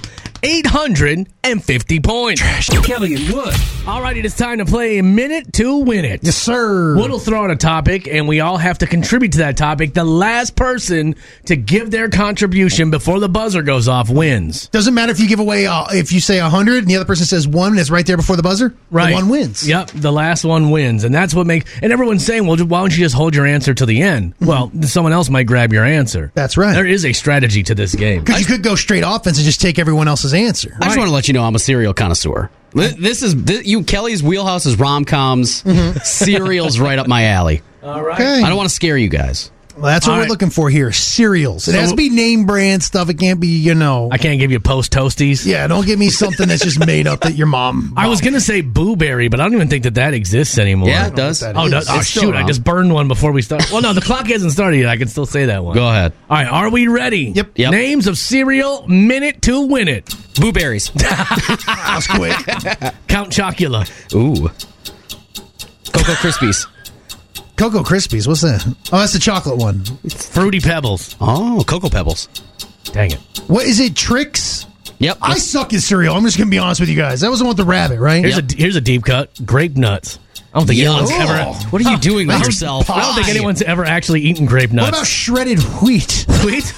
Speaker 1: 850 points.
Speaker 7: Kelly and Wood.
Speaker 1: All right, it is time to play a minute to win it.
Speaker 2: Yes, sir.
Speaker 1: Wood'll throw out a topic, and we all have to contribute to that topic. The last person to give their contribution before the buzzer goes off wins.
Speaker 2: Doesn't matter if you give away, uh, if you say 100 and the other person says one and it's right there before the buzzer. The one wins.
Speaker 1: Yep, the last one wins, and that's what makes. And everyone's saying, "Well, why don't you just hold your answer to the end?" Well, someone else might grab your answer.
Speaker 2: Mm-hmm. That's right.
Speaker 1: There is a strategy to this game.
Speaker 2: Because you could go straight offense and just take everyone else's answer.
Speaker 9: I just want to let you know I'm a serial connoisseur. Li- This is thi- you Kelly's wheelhouse is rom coms, serials right up my alley.
Speaker 1: All right.
Speaker 2: Okay.
Speaker 9: I don't want to scare you guys.
Speaker 2: Well, that's what
Speaker 1: All
Speaker 2: we're
Speaker 1: right.
Speaker 2: looking for here. Cereals. It
Speaker 1: So-
Speaker 2: has to be name brand stuff. It can't be, you know.
Speaker 1: I can't give you post toasties.
Speaker 2: yeah, don't give me something that's just made up that your mom.
Speaker 1: I was gonna say booberry, but I don't even think that that exists anymore.
Speaker 9: Yeah, it does.
Speaker 2: that Ah,
Speaker 1: Oh, no, oh
Speaker 9: It's still
Speaker 1: shoot! I
Speaker 9: wrong.
Speaker 1: just burned one before we start. Well, no, the clock hasn't started yet. I can still say that one.
Speaker 9: Go ahead.
Speaker 1: All right, are we ready?
Speaker 2: Yep.
Speaker 9: Yep.
Speaker 1: Names of cereal, minute to win it.
Speaker 9: Blueberries.
Speaker 2: That's quick.
Speaker 1: Count Chocula,
Speaker 9: Ooh. Cocoa Krispies.
Speaker 2: Cocoa Krispies. What's that? Oh, that's the chocolate one.
Speaker 1: Fruity Pebbles.
Speaker 9: Oh, Cocoa Pebbles.
Speaker 1: Dang it!
Speaker 2: What is it? Tricks?
Speaker 9: Yep.
Speaker 2: I suck at cereal. I'm just gonna be honest with you guys. That was the one with the rabbit, right?
Speaker 1: Here's a here's a deep cut. Grape nuts. I don't think
Speaker 9: Yo.
Speaker 1: anyone's ever.
Speaker 9: What are you doing with yourself?
Speaker 1: I don't think
Speaker 2: Pie.
Speaker 1: anyone's ever actually eaten grape
Speaker 2: What
Speaker 1: nuts.
Speaker 2: about shredded wheat?
Speaker 1: wheat?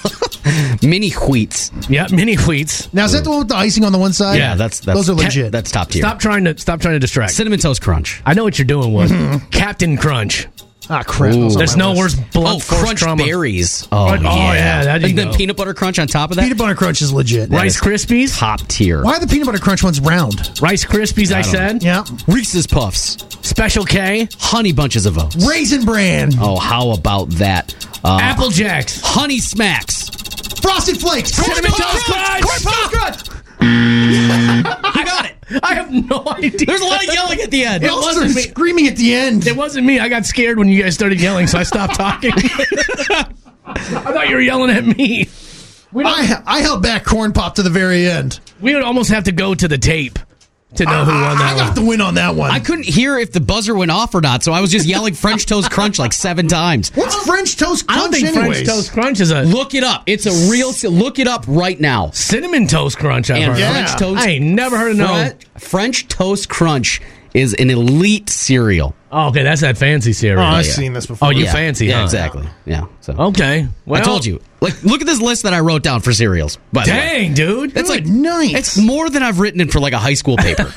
Speaker 9: Mini wheats.
Speaker 1: yeah, mini wheats.
Speaker 2: Now is that the one with the icing on the one side?
Speaker 9: Yeah, that's, that's
Speaker 2: those are legit.
Speaker 9: That's top tier.
Speaker 1: Stop trying to stop trying to distract.
Speaker 9: Cinnamon Toast Crunch.
Speaker 1: I know what you're doing with Captain Crunch.
Speaker 2: ah crap. those are
Speaker 1: There's
Speaker 2: my
Speaker 1: no
Speaker 2: list.
Speaker 1: worse blunt
Speaker 9: oh,
Speaker 1: force
Speaker 9: Crunch
Speaker 1: trauma.
Speaker 9: Berries. Oh,
Speaker 1: Crunch- oh, yeah, that you
Speaker 9: and then
Speaker 1: know.
Speaker 9: peanut butter crunch on top of that.
Speaker 2: Peanut butter crunch is legit.
Speaker 1: Rice Krispies.
Speaker 9: top tier.
Speaker 2: Why are the peanut butter crunch ones round?
Speaker 1: Rice Krispies. I,
Speaker 9: I don't
Speaker 1: said.
Speaker 2: Yeah.
Speaker 9: Reese's Puffs.
Speaker 1: Special K.
Speaker 9: Honey Bunches of Oats.
Speaker 2: Raisin bran.
Speaker 9: Oh, how about that? Uh,
Speaker 1: Apple Jacks.
Speaker 9: Honey Smacks.
Speaker 2: Frosted flakes.
Speaker 1: Cinnamon
Speaker 2: Corn
Speaker 1: Toast Crunch.
Speaker 2: Corn Crunch.
Speaker 1: I got it. I have no idea.
Speaker 9: There's a lot of yelling at the end.
Speaker 1: It
Speaker 2: Y'all
Speaker 1: wasn't
Speaker 2: started
Speaker 1: me.
Speaker 2: screaming at the end.
Speaker 1: It wasn't me. I got scared when you guys started yelling, so I stopped talking. I thought you were yelling at me.
Speaker 2: I, I held back corn pop to the very end.
Speaker 1: We would almost have to go to the tape to know who won
Speaker 2: I, I
Speaker 1: that
Speaker 2: got
Speaker 1: one.
Speaker 2: the win on that one.
Speaker 9: I couldn't hear if the buzzer went off or not, so I was just yelling French Toast Crunch like seven times.
Speaker 2: What's French toast
Speaker 1: I
Speaker 2: crunch
Speaker 1: don't think
Speaker 2: anyways?
Speaker 1: French Toast Crunch is a
Speaker 9: Look it up. It's a real. Look it up right now.
Speaker 1: cinnamon toast crunch. I've
Speaker 9: And
Speaker 1: heard.
Speaker 2: Yeah.
Speaker 9: French Toast.
Speaker 1: I ain't never heard of no.
Speaker 9: French, French Toast Crunch is an elite cereal.
Speaker 1: Oh, okay, that's that fancy cereal.
Speaker 2: Oh, I've
Speaker 9: yeah.
Speaker 2: seen this before.
Speaker 1: oh, you
Speaker 9: Yeah.
Speaker 1: fancy?
Speaker 9: Yeah,
Speaker 1: huh?
Speaker 9: exactly. Yeah. So
Speaker 1: Okay. Well,
Speaker 9: I told you. Like, look at this list that I wrote down for cereals. By the way.
Speaker 1: Dang, dude.
Speaker 9: That's like
Speaker 2: Good night.
Speaker 9: It's more than I've written in for like a high school paper.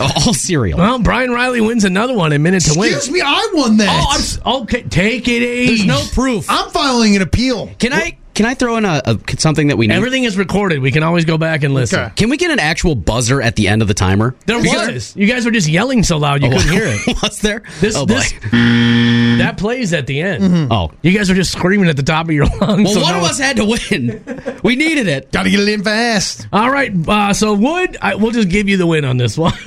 Speaker 9: All cereal.
Speaker 1: Well, Brian Riley wins another one in minute to win.
Speaker 2: Excuse me, I won that.
Speaker 1: Oh, I'm s- okay. Take it
Speaker 9: There's
Speaker 1: easy.
Speaker 9: no proof.
Speaker 2: I'm filing an appeal.
Speaker 9: Can I can I throw in a, a something that we need?
Speaker 1: Everything is recorded. We can always go back and listen.
Speaker 2: Okay.
Speaker 9: Can we get an actual buzzer at the end of the timer?
Speaker 1: There
Speaker 9: Because-
Speaker 1: was. You guys were just yelling so loud you couldn't hear it.
Speaker 9: was there?
Speaker 1: This,
Speaker 9: oh boy.
Speaker 1: this that plays at the end.
Speaker 9: oh.
Speaker 1: You guys were just screaming at the top of your lungs.
Speaker 9: Well,
Speaker 1: so
Speaker 9: one
Speaker 1: no
Speaker 9: of
Speaker 1: one-
Speaker 9: us had to win. We needed it.
Speaker 2: Gotta get it in fast.
Speaker 1: All right. Uh, so Wood, I, we'll just give you the win on this one.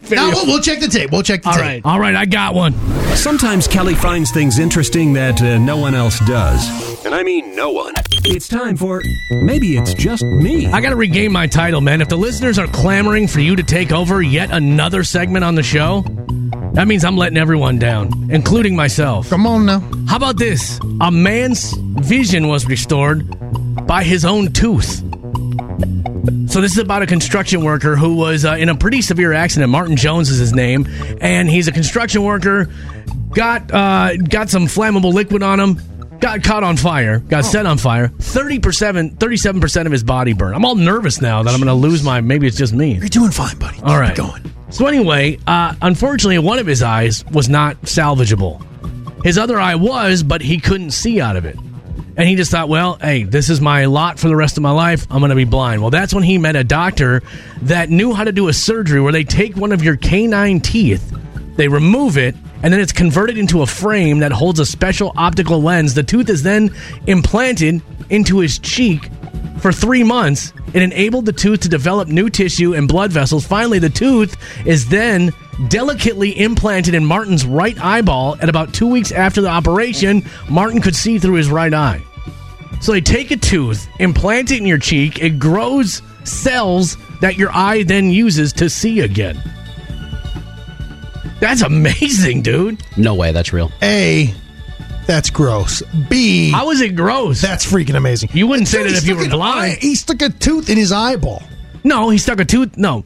Speaker 1: Very-
Speaker 2: Now we'll, we'll check the tape. We'll check the
Speaker 1: all
Speaker 2: tape.
Speaker 1: right. All right. I got one.
Speaker 7: Sometimes Kelly finds things interesting that uh, no one else does. And I mean no one. It's time for Maybe It's Just Me.
Speaker 1: I got to regain my title, man. If the listeners are clamoring for you to take over yet another segment on the show, that means I'm letting everyone down, including myself.
Speaker 2: Come on now.
Speaker 1: How about this? A man's vision was restored by his own tooth. So this is about a construction worker who was uh, in a pretty severe accident. Martin Jones is his name, and he's a construction worker. Got uh, got some flammable liquid on him. Got caught on fire. Got set on fire. 37 percent of his body burned. I'm all nervous now that I'm going to lose my. Maybe it's just me.
Speaker 2: You're doing fine, buddy.
Speaker 1: All right.
Speaker 2: Keep it going.
Speaker 1: So anyway, uh, unfortunately, one of his eyes was not salvageable. His other eye was, but he couldn't see out of it. And he just thought, well, hey, this is my lot for the rest of my life. I'm going to be blind. Well, that's when he met a doctor that knew how to do a surgery where they take one of your canine teeth, they remove it, and then it's converted into a frame that holds a special optical lens. The tooth is then implanted into his cheek for three months. It enabled the tooth to develop new tissue and blood vessels. Finally, the tooth is then delicately implanted in Martin's right eyeball. At about two weeks after the operation, Martin could see through his right eye. So they take a tooth, implant it in your cheek, it grows cells that your eye then uses to see again. That's amazing, dude.
Speaker 9: No way. That's real.
Speaker 2: A, that's gross. B,
Speaker 1: How is it gross?
Speaker 2: that's freaking amazing.
Speaker 1: You wouldn't say
Speaker 2: Dude,
Speaker 1: that if
Speaker 2: he
Speaker 1: you
Speaker 2: stuck
Speaker 1: were
Speaker 2: an
Speaker 1: blind.
Speaker 2: eye- he stuck a tooth in his eyeball.
Speaker 1: No, he stuck a tooth. No.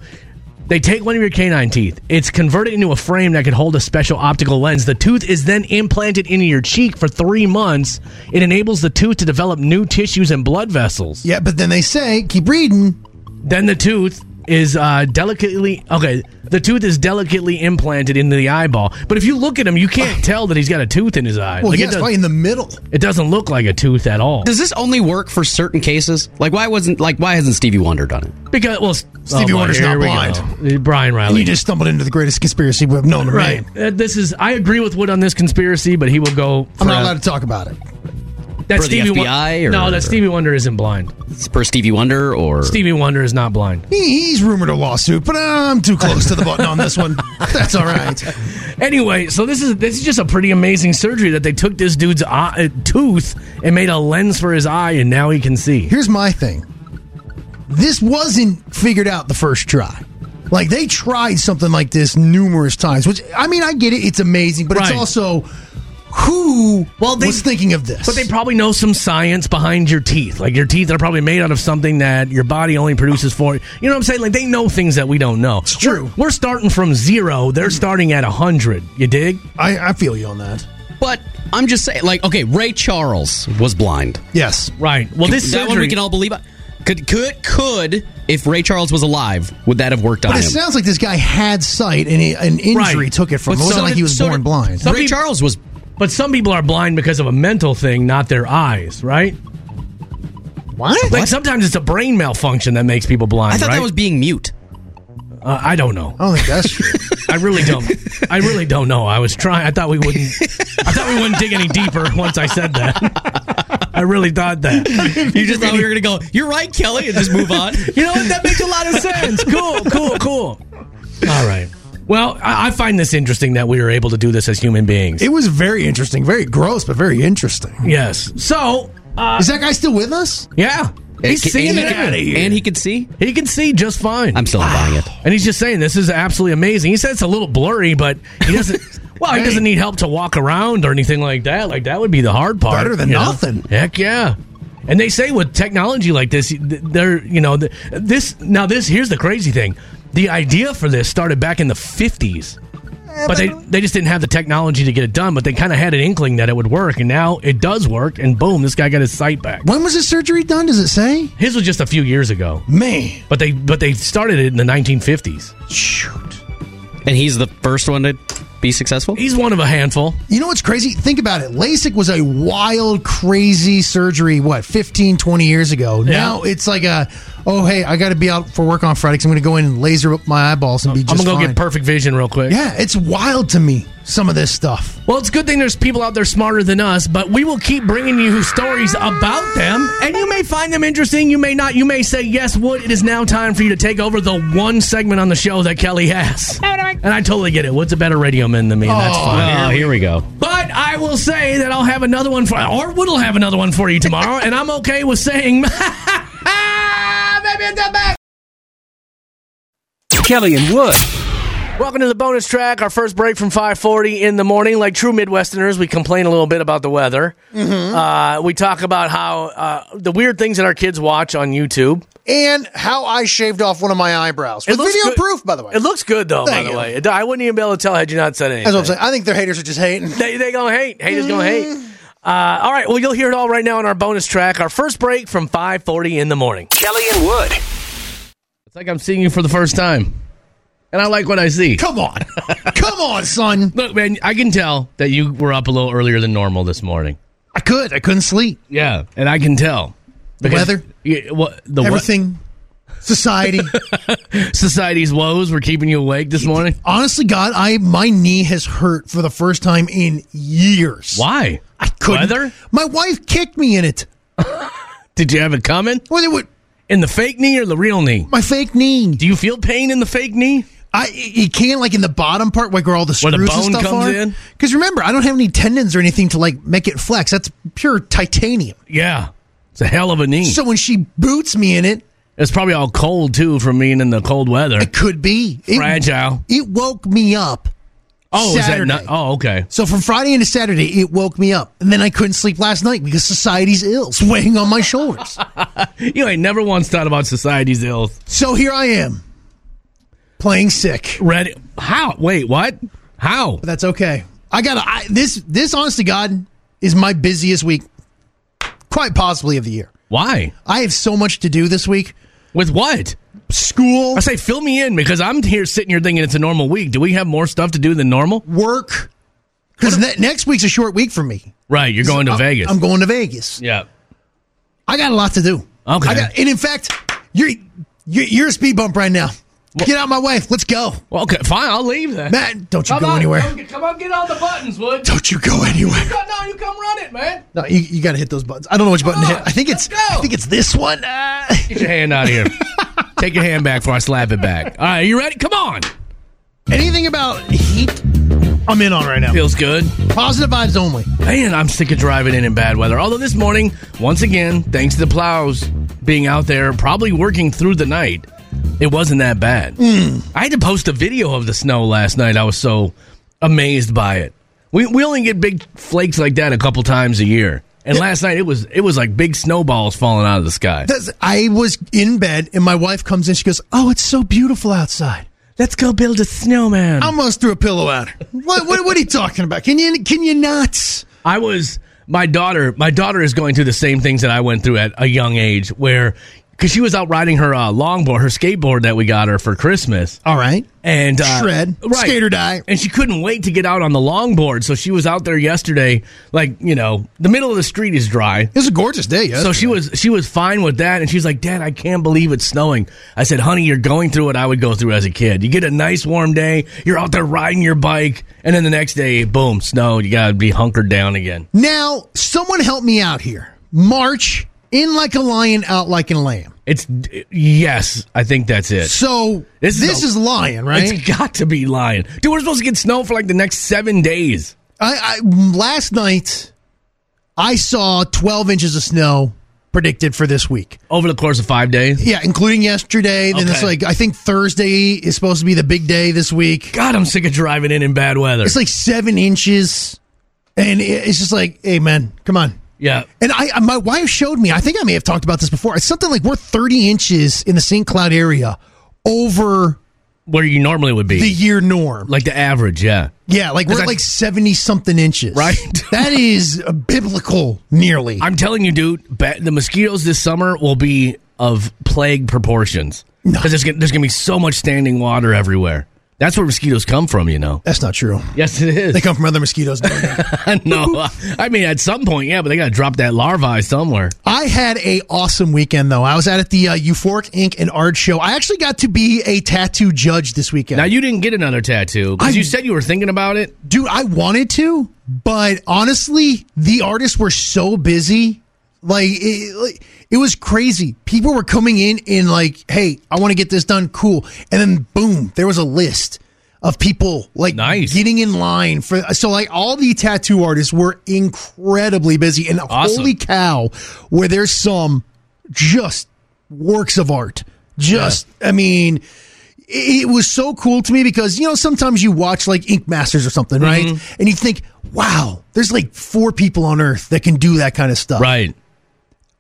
Speaker 1: They take one of your canine teeth. It's converted into a frame that can hold a special optical lens. The tooth is then implanted into your cheek for three months. It enables the tooth to develop new tissues and blood vessels.
Speaker 2: Yeah, but then they say, keep reading.
Speaker 1: Then the tooth is uh, delicately okay. The tooth is delicately implanted into the eyeball, but if you look at him, you can't tell that he's got a tooth in his eye.
Speaker 2: Well,
Speaker 1: Like,
Speaker 2: yeah,
Speaker 1: it,
Speaker 2: it's
Speaker 1: does,
Speaker 2: probably in the middle.
Speaker 1: it doesn't look like a tooth at all.
Speaker 9: Does this only work for certain cases? Like why wasn't like why hasn't Stevie Wonder done it?
Speaker 1: Because well, oh, Stevie
Speaker 2: Wonder's not
Speaker 1: Brian
Speaker 2: And
Speaker 1: Riley.
Speaker 2: you just stumbled into the greatest conspiracy we've known,
Speaker 1: Right.
Speaker 2: right?
Speaker 1: Uh, this is. I agree with Wood on this conspiracy, but he will go.
Speaker 2: I'm not
Speaker 1: forever.
Speaker 2: allowed to talk about it.
Speaker 1: That's
Speaker 9: For the
Speaker 1: Won-
Speaker 9: FBI or-
Speaker 1: no, that Stevie Wonder isn't blind.
Speaker 9: It's per Stevie Wonder or
Speaker 1: Stevie Wonder is not blind.
Speaker 2: He, he's rumored a lawsuit, but I'm too close to the button on this one. That's all right.
Speaker 1: Anyway, so this is this is just a pretty amazing surgery that they took this dude's eye, uh, tooth and made a lens for his eye, and now he can see.
Speaker 2: Here's my thing. This wasn't figured out the first try. Like they tried something like this numerous times, which I mean, I get it. It's amazing, but
Speaker 1: Right.
Speaker 2: it's also who
Speaker 1: Well, they-
Speaker 2: was thinking of this.
Speaker 1: But they probably know some science behind your teeth. Like your teeth are probably made out of something that your body only produces for. You know what I'm saying? Like they know things that we don't know. It's
Speaker 2: true.
Speaker 1: We're, we're starting from zero. They're starting at hundred. You dig?
Speaker 2: I, I feel you on that.
Speaker 9: But I'm just saying like okay, Ray Charles was blind.
Speaker 2: Yes,
Speaker 1: Right. Well, this
Speaker 9: that one
Speaker 1: surgery-
Speaker 9: we can all believe could could could if Ray Charles was alive, would that have worked on
Speaker 2: but it
Speaker 9: him?
Speaker 2: sounds like this guy had sight and he, an injury
Speaker 1: Right.
Speaker 2: took it from.
Speaker 1: But
Speaker 2: him. It wasn't
Speaker 1: so
Speaker 2: like
Speaker 1: did-
Speaker 2: he was
Speaker 1: so
Speaker 2: born
Speaker 1: did-
Speaker 2: blind.
Speaker 1: so-
Speaker 9: Ray
Speaker 1: peop-
Speaker 9: Charles was
Speaker 1: But some people are blind because of a mental thing, not their eyes, right?
Speaker 2: what?
Speaker 1: Like sometimes it's a brain malfunction that makes people blind.
Speaker 9: I thought
Speaker 1: right?
Speaker 9: that was being mute.
Speaker 1: Uh, I don't know.
Speaker 2: I don't think that's true.
Speaker 1: I really don't. I really don't know. I was trying. I thought we wouldn't. I thought we wouldn't dig any deeper once I said that. I really thought that.
Speaker 9: You just thought we were gonna go, You're right, Kelly, and just move on.
Speaker 1: You know what? That makes a lot of sense. Cool, cool, cool. All right. Well, I, I find this interesting that we are able to do this as human beings.
Speaker 2: it was very interesting, very gross, but very interesting.
Speaker 1: yes. So, uh,
Speaker 2: Is that guy still with us?
Speaker 1: yeah, he's
Speaker 9: and,
Speaker 1: seeing
Speaker 9: he
Speaker 1: it.
Speaker 9: could, and he could see?
Speaker 1: He can see just fine.
Speaker 9: I'm still not buying it.
Speaker 1: and he's just saying this is absolutely amazing. He said it's a little blurry, but he doesn't. Well, he
Speaker 2: Hey.
Speaker 1: doesn't need help to walk around or anything like that. Like that would be the hard part.
Speaker 2: Better than
Speaker 1: you know?
Speaker 2: nothing.
Speaker 1: Heck yeah. And they say with technology like this, th- they're you know th- this now this here's the crazy thing. The idea for this started back in the 50s. But they, they just didn't have the technology to get it done, but they kind of had an inkling that it would work, and now it does work, and boom, this guy got his sight back.
Speaker 2: When was his surgery done? Does it say?
Speaker 1: His was just a few years ago,
Speaker 2: Man,
Speaker 1: but they but they started it in the 1950s.
Speaker 2: shoot.
Speaker 9: And he's the first one to be successful?
Speaker 1: He's one of a handful.
Speaker 2: You know what's crazy? Think about it. LASIK was a wild, crazy surgery, what, 15, 20 years ago. Now it's like a, oh, hey, I got to be out for work on Friday 'cause I'm going to go in and laser up my eyeballs and be
Speaker 1: I'm
Speaker 2: just
Speaker 1: gonna go
Speaker 2: fine.
Speaker 1: get perfect vision real quick.
Speaker 2: yeah, it's wild to me, some of this stuff.
Speaker 1: Well, it's a good thing there's people out there smarter than us, but we will keep bringing you stories about them, and you may find them interesting. You may not. You may say yes, Wood. It is now time for you to take over the one segment on the show that Kelly has, and I totally get it. Wood's a better radio man than me, and that's fine.
Speaker 9: Oh, here we go.
Speaker 1: But I will say that I'll have another one for, or Wood'll have another one for you tomorrow, and I'm okay with saying.
Speaker 7: Kelly and Wood.
Speaker 1: Welcome to the bonus track. Our first break from 5:40 in the morning. Like true Midwesterners, we complain a little bit about the weather.
Speaker 2: Mm-hmm.
Speaker 1: Uh, we talk about how uh, the weird things that our kids watch on YouTube.
Speaker 2: And how I shaved off one of my eyebrows. With
Speaker 1: looks
Speaker 2: video
Speaker 1: good-
Speaker 2: proof, by the way.
Speaker 1: It looks good though.
Speaker 2: Thank
Speaker 1: by the
Speaker 2: you.
Speaker 1: way, It- I wouldn't even be able to tell had you not said anything.
Speaker 2: That's what I'm saying. I think their haters are just hating.
Speaker 1: They they gonna hate. Haters gonna hate. Uh, all right. Well, you'll hear it all right now in our bonus track. Our first break from 5:40 in the morning.
Speaker 7: Kelly and Wood.
Speaker 1: It's like I'm seeing you for the first time, and I like what I see.
Speaker 2: Come on. Come on, son.
Speaker 1: Look, man, I can tell that you were up a little earlier than normal this morning.
Speaker 2: I could. I couldn't sleep.
Speaker 1: Yeah, and I can tell the
Speaker 2: weather?
Speaker 1: Yeah, well, the Everything.
Speaker 2: Everything, society.
Speaker 1: society's woes were keeping you awake this morning.
Speaker 2: Honestly, God, I my knee has hurt for the first time in years.
Speaker 1: Why?
Speaker 2: I couldn't.
Speaker 1: Weather?
Speaker 2: My wife kicked me in it.
Speaker 1: Did you have it coming
Speaker 2: Well, it would,
Speaker 1: in the fake knee or the real knee?
Speaker 2: my fake knee.
Speaker 1: Do you feel pain in the fake knee?
Speaker 2: I it can like in the bottom part, like where all the
Speaker 1: Where
Speaker 2: screws
Speaker 1: the
Speaker 2: and
Speaker 1: bone
Speaker 2: stuff
Speaker 1: comes
Speaker 2: are.
Speaker 1: in?
Speaker 2: Because remember, I don't have any tendons or anything to like make it flex. That's pure titanium.
Speaker 1: Yeah, it's a hell of a knee.
Speaker 2: So when she boots me in it,
Speaker 1: it's probably all cold too from being in the cold weather.
Speaker 2: it could be It-
Speaker 1: Fragile.
Speaker 2: It, woke me up.
Speaker 1: Oh,
Speaker 2: Saturday.
Speaker 1: is that not? Oh, okay.
Speaker 2: So from Friday into Saturday, it woke me up, and then I couldn't sleep last night because society's ill, it's weighing on my shoulders.
Speaker 1: You ain't never once thought about society's ills.
Speaker 2: So here I am, playing sick.
Speaker 1: Ready? How? Wait, what? How?
Speaker 2: But that's okay. I got to this. This, honest to God, is my busiest week, quite possibly of the year.
Speaker 1: Why?
Speaker 2: I have so much to do this week.
Speaker 1: With what?
Speaker 2: school,
Speaker 1: I say, fill me in because I'm here sitting here thinking it's a normal week. Do we have more stuff to do than normal?
Speaker 2: work. Because ne- next week's a short week for me.
Speaker 1: Right, you're going to
Speaker 2: I'm-
Speaker 1: Vegas.
Speaker 2: I'm going to Vegas.
Speaker 1: yeah.
Speaker 2: I got a lot to do.
Speaker 1: Okay.
Speaker 2: I got, and in fact, you're, you're you're a speed bump right now. Get out of my way. Let's go,
Speaker 1: Well, okay, fine. I'll leave then.
Speaker 2: Matt. Don't you
Speaker 1: Come
Speaker 2: go
Speaker 1: on,
Speaker 2: anywhere.
Speaker 1: Come, come on, get all the buttons, Wood.
Speaker 2: Don't you go anywhere.
Speaker 1: No, you come run it, man.
Speaker 2: No, you, you got to hit those buttons. I don't know which button to hit.
Speaker 1: on,
Speaker 2: I think it's
Speaker 1: let's go.
Speaker 2: I think it's this one. Uh,
Speaker 1: Get your hand out of here. Take your hand back before I slap it back. All right, you ready? Come on.
Speaker 2: anything about heat, I'm in on right now.
Speaker 1: Feels good.
Speaker 2: Positive vibes only.
Speaker 1: Man, I'm sick of driving in in bad weather. Although this morning, once again, thanks to the plows being out there, probably working through the night, it wasn't that bad. I had to post a video of the snow last night. I was so amazed by it. We, we only get big flakes like that a couple times a year. And last night it was it was like big snowballs falling out of the sky.
Speaker 2: That's- I was in bed and my wife comes in. She goes, "Oh, it's so beautiful outside."
Speaker 1: Let's go build a snowman.
Speaker 2: I almost threw a pillow at her. What, what, what are you talking about? Can you can you not?
Speaker 1: I was my daughter. My daughter is going through the same things that I went through at a young age, where because she was out riding her uh, longboard, her skateboard that we got her for Christmas,
Speaker 2: All right.
Speaker 1: and uh,
Speaker 2: Shred. Skate or die.
Speaker 1: and she couldn't wait to get out on the longboard. So she was out there yesterday, like you know, the middle of the street is dry.
Speaker 2: It was a gorgeous day. Yeah.
Speaker 1: So she was she was fine with that, and she's like, "Dad, I can't believe it's snowing." I said, "Honey, you're going through what I would go through as a kid. You get a nice warm day, you're out there riding your bike, and then the next day, boom, snow. You gotta be hunkered down again."
Speaker 2: Now, someone help me out here. March in like a lion, out like a lamb.
Speaker 1: It's yes, I think that's it.
Speaker 2: So
Speaker 1: This
Speaker 2: this,
Speaker 1: is
Speaker 2: is,
Speaker 1: a-
Speaker 2: lion, right?
Speaker 1: It's got to be lying, dude. We're supposed to get snow for like the next seven days.
Speaker 2: I, I last night I saw 12 inches of snow predicted for this week.
Speaker 1: Over the course of five days.
Speaker 2: Yeah, including yesterday. Then it's
Speaker 1: Okay.
Speaker 2: like I think Thursday is supposed to be the big day this week.
Speaker 1: God, I'm sick of driving in in bad weather.
Speaker 2: It's like seven inches, and it- it's just like, hey man, come on.
Speaker 1: yeah,
Speaker 2: And I, I- my wife showed me. I think I may have talked about this before. It's something like we're 30 inches in the St. Cloud area over
Speaker 1: where you normally would be,
Speaker 2: the year norm.
Speaker 1: like the average. Yeah,
Speaker 2: Yeah, like we're
Speaker 1: Is
Speaker 2: at
Speaker 1: that-
Speaker 2: like seventy something inches.
Speaker 1: Right.
Speaker 2: that is a biblical, nearly.
Speaker 1: I'm telling you, dude. ba- The mosquitoes this summer will be of plague proportions because there's gonna, there's gonna be so much standing water everywhere. That's where mosquitoes come from, you know.
Speaker 2: That's not true.
Speaker 1: Yes, it is.
Speaker 2: They come from other mosquitoes. don't they?
Speaker 1: no, I mean at some point, yeah, but they gotta drop that larvae somewhere.
Speaker 2: I had a awesome weekend though. I was out at the uh, Euphoric Inc. and Art show. I actually got to be a tattoo judge this weekend.
Speaker 1: Now you didn't get another tattoo because
Speaker 2: I-
Speaker 1: you said you were thinking about it.
Speaker 2: Dude, I wanted to, but honestly, the artists were so busy. Like it, like, it was crazy. People were coming in and like, "Hey, I want to get this done. Cool." And then boom, there was a list of people like
Speaker 1: Nice.
Speaker 2: getting in line for. So like all the tattoo artists were incredibly busy, and
Speaker 1: Awesome.
Speaker 2: holy cow, where there's some just works of art. Just, I mean, it it was so cool to me because you know sometimes you watch like Ink Masters or something, right?
Speaker 1: Mm-hmm.
Speaker 2: And you think, wow, there's like four people on Earth that can do that kind of stuff,
Speaker 1: Right.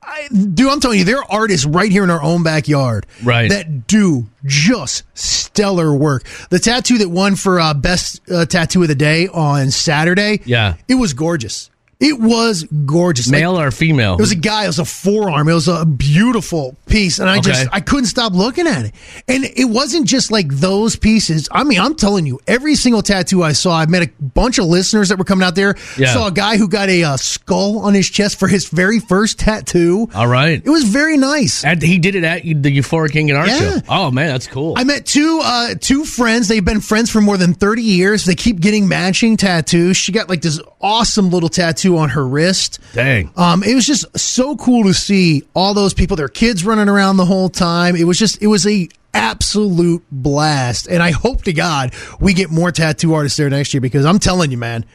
Speaker 2: I, dude, I'm telling you, there are artists right here in our own backyard,
Speaker 1: Right.
Speaker 2: That do just stellar work. The tattoo that won for uh, best uh, tattoo of the day on Saturday,
Speaker 1: Yeah.
Speaker 2: it was gorgeous. It was gorgeous, Like,
Speaker 1: Male or female?
Speaker 2: it was a guy. It was a forearm. It was a beautiful piece, and I just
Speaker 1: Okay.
Speaker 2: I couldn't stop looking at it. And it wasn't just like those pieces. I mean, I'm telling you, every single tattoo I saw. I met a bunch of listeners that were coming out there.
Speaker 1: Yeah.
Speaker 2: Saw a guy who got a uh, skull on his chest for his very first tattoo.
Speaker 1: All right.
Speaker 2: It was very nice.
Speaker 1: At, he did it at the Euphoric King and Art
Speaker 2: Yeah.
Speaker 1: Show. Oh man, that's cool.
Speaker 2: I met two uh, two friends. They've been friends for more than thirty years. They keep getting matching tattoos. She got like this awesome little tattoo on her wrist.
Speaker 1: Dang.
Speaker 2: Um, it was just so cool to see all those people, their kids running around the whole time. It was just, it was a absolute blast. And I hope to God we get more tattoo artists there next year because I'm telling you, man,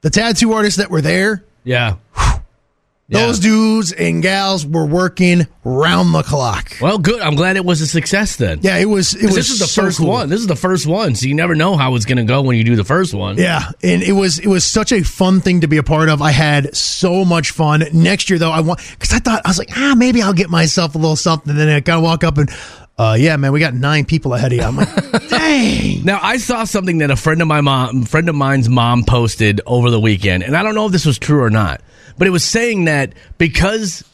Speaker 2: the tattoo artists that were there,
Speaker 1: yeah.
Speaker 2: those dudes and gals were working round the clock.
Speaker 1: Well, good. I'm glad it was a success then.
Speaker 2: Yeah, it was. It was
Speaker 1: This is the
Speaker 2: so
Speaker 1: first
Speaker 2: cool.
Speaker 1: one. This is the first one, so you never know how it's going to go when you do the first one.
Speaker 2: Yeah, and it was it was such a fun thing to be a part of. I had so much fun. Next year though, I want because I thought I was like, ah, maybe I'll get myself a little something. And then I gotta walk up and, uh, yeah, man, we got nine people ahead of you. I'm like, dang.
Speaker 1: Now, I saw something that a friend of my mom, friend of mine's mom posted over the weekend, and I don't know if this was true or not, but it was saying that because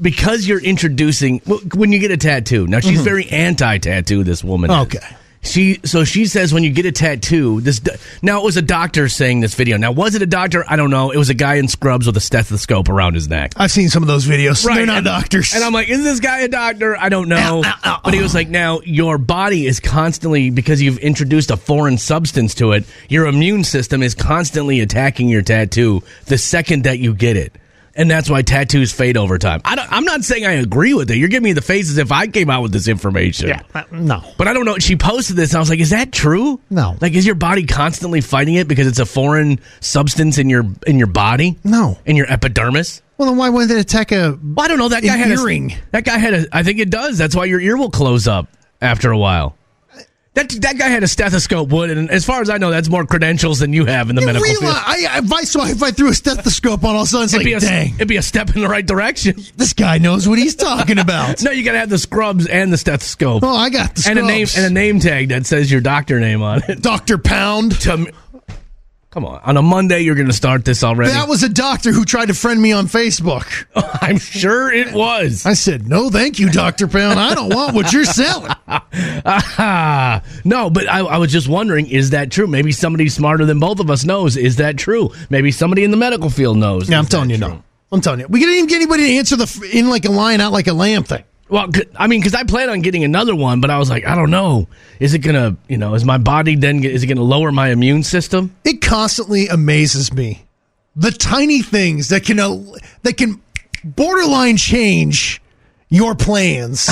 Speaker 1: because you're introducing well, when you get a tattoo. Now she's very anti-tattoo. This woman. is.
Speaker 2: Okay.
Speaker 1: She so she says when you get a tattoo, this do- now it was a doctor saying this video. Now was it a doctor? I don't know. It was a guy in scrubs with a stethoscope around his neck.
Speaker 2: I've seen some of those videos. They're not
Speaker 1: and-
Speaker 2: doctors. Uh,
Speaker 1: And I'm like, is this guy a doctor? I don't know.
Speaker 2: Ow, ow, ow,
Speaker 1: but he was like, now your body is constantly, because you've introduced a foreign substance to it, your immune system is constantly attacking your tattoo the second that you get it. And that's why tattoos fade over time. I don't, I'm not saying I agree with it. You're giving me the face as if I came out with this information.
Speaker 2: yeah, uh, no.
Speaker 1: But I don't know. She posted this, and I was like, "Is that true?
Speaker 2: No.
Speaker 1: Like, is your body constantly fighting it because it's a foreign substance in your in your body?
Speaker 2: No.
Speaker 1: in your epidermis.
Speaker 2: Well, then why wouldn't it attack a?
Speaker 1: Well, I don't know. That guy
Speaker 2: An
Speaker 1: had
Speaker 2: earring.
Speaker 1: A, that guy had a. I think it does. That's why your ear will close up after a while. That that guy had a stethoscope, would, and as far as I know, that's more credentials than you have in the
Speaker 2: You
Speaker 1: medical
Speaker 2: realize,
Speaker 1: field.
Speaker 2: I, I, if I saw if I threw a stethoscope on all of a sudden, it's
Speaker 1: It'd be,
Speaker 2: like,
Speaker 1: a,
Speaker 2: dang,
Speaker 1: it'd be a step in the right direction.
Speaker 2: this guy knows what he's talking about.
Speaker 1: No, you got to have the scrubs and the stethoscope,
Speaker 2: Oh, I got the
Speaker 1: and a name
Speaker 2: scrubs.
Speaker 1: and a name tag that says your doctor name on it.
Speaker 2: Doctor Pound.
Speaker 1: To me- come on, on a Monday you're going to start this already.
Speaker 2: That was a doctor who tried to friend me on Facebook.
Speaker 1: I'm sure it was.
Speaker 2: I said, no, thank you, Doctor Pound. I don't want what you're selling.
Speaker 1: Ah, no, but I, I was just wondering, is that true? Maybe somebody smarter than both of us knows. Is that true? Maybe somebody in the medical field knows.
Speaker 2: Yeah, I'm
Speaker 1: Is that
Speaker 2: telling you,
Speaker 1: true?
Speaker 2: no. I'm telling you, we didn't even get anybody to answer the f- in like a line, out like a lamb thing.
Speaker 1: Well, c- I mean, because I plan on getting another one, but I was like, I don't know. Is it gonna, you know, is my body then? Is it gonna lower my immune system?
Speaker 2: It constantly amazes me the tiny things that can uh, that can borderline change your plans.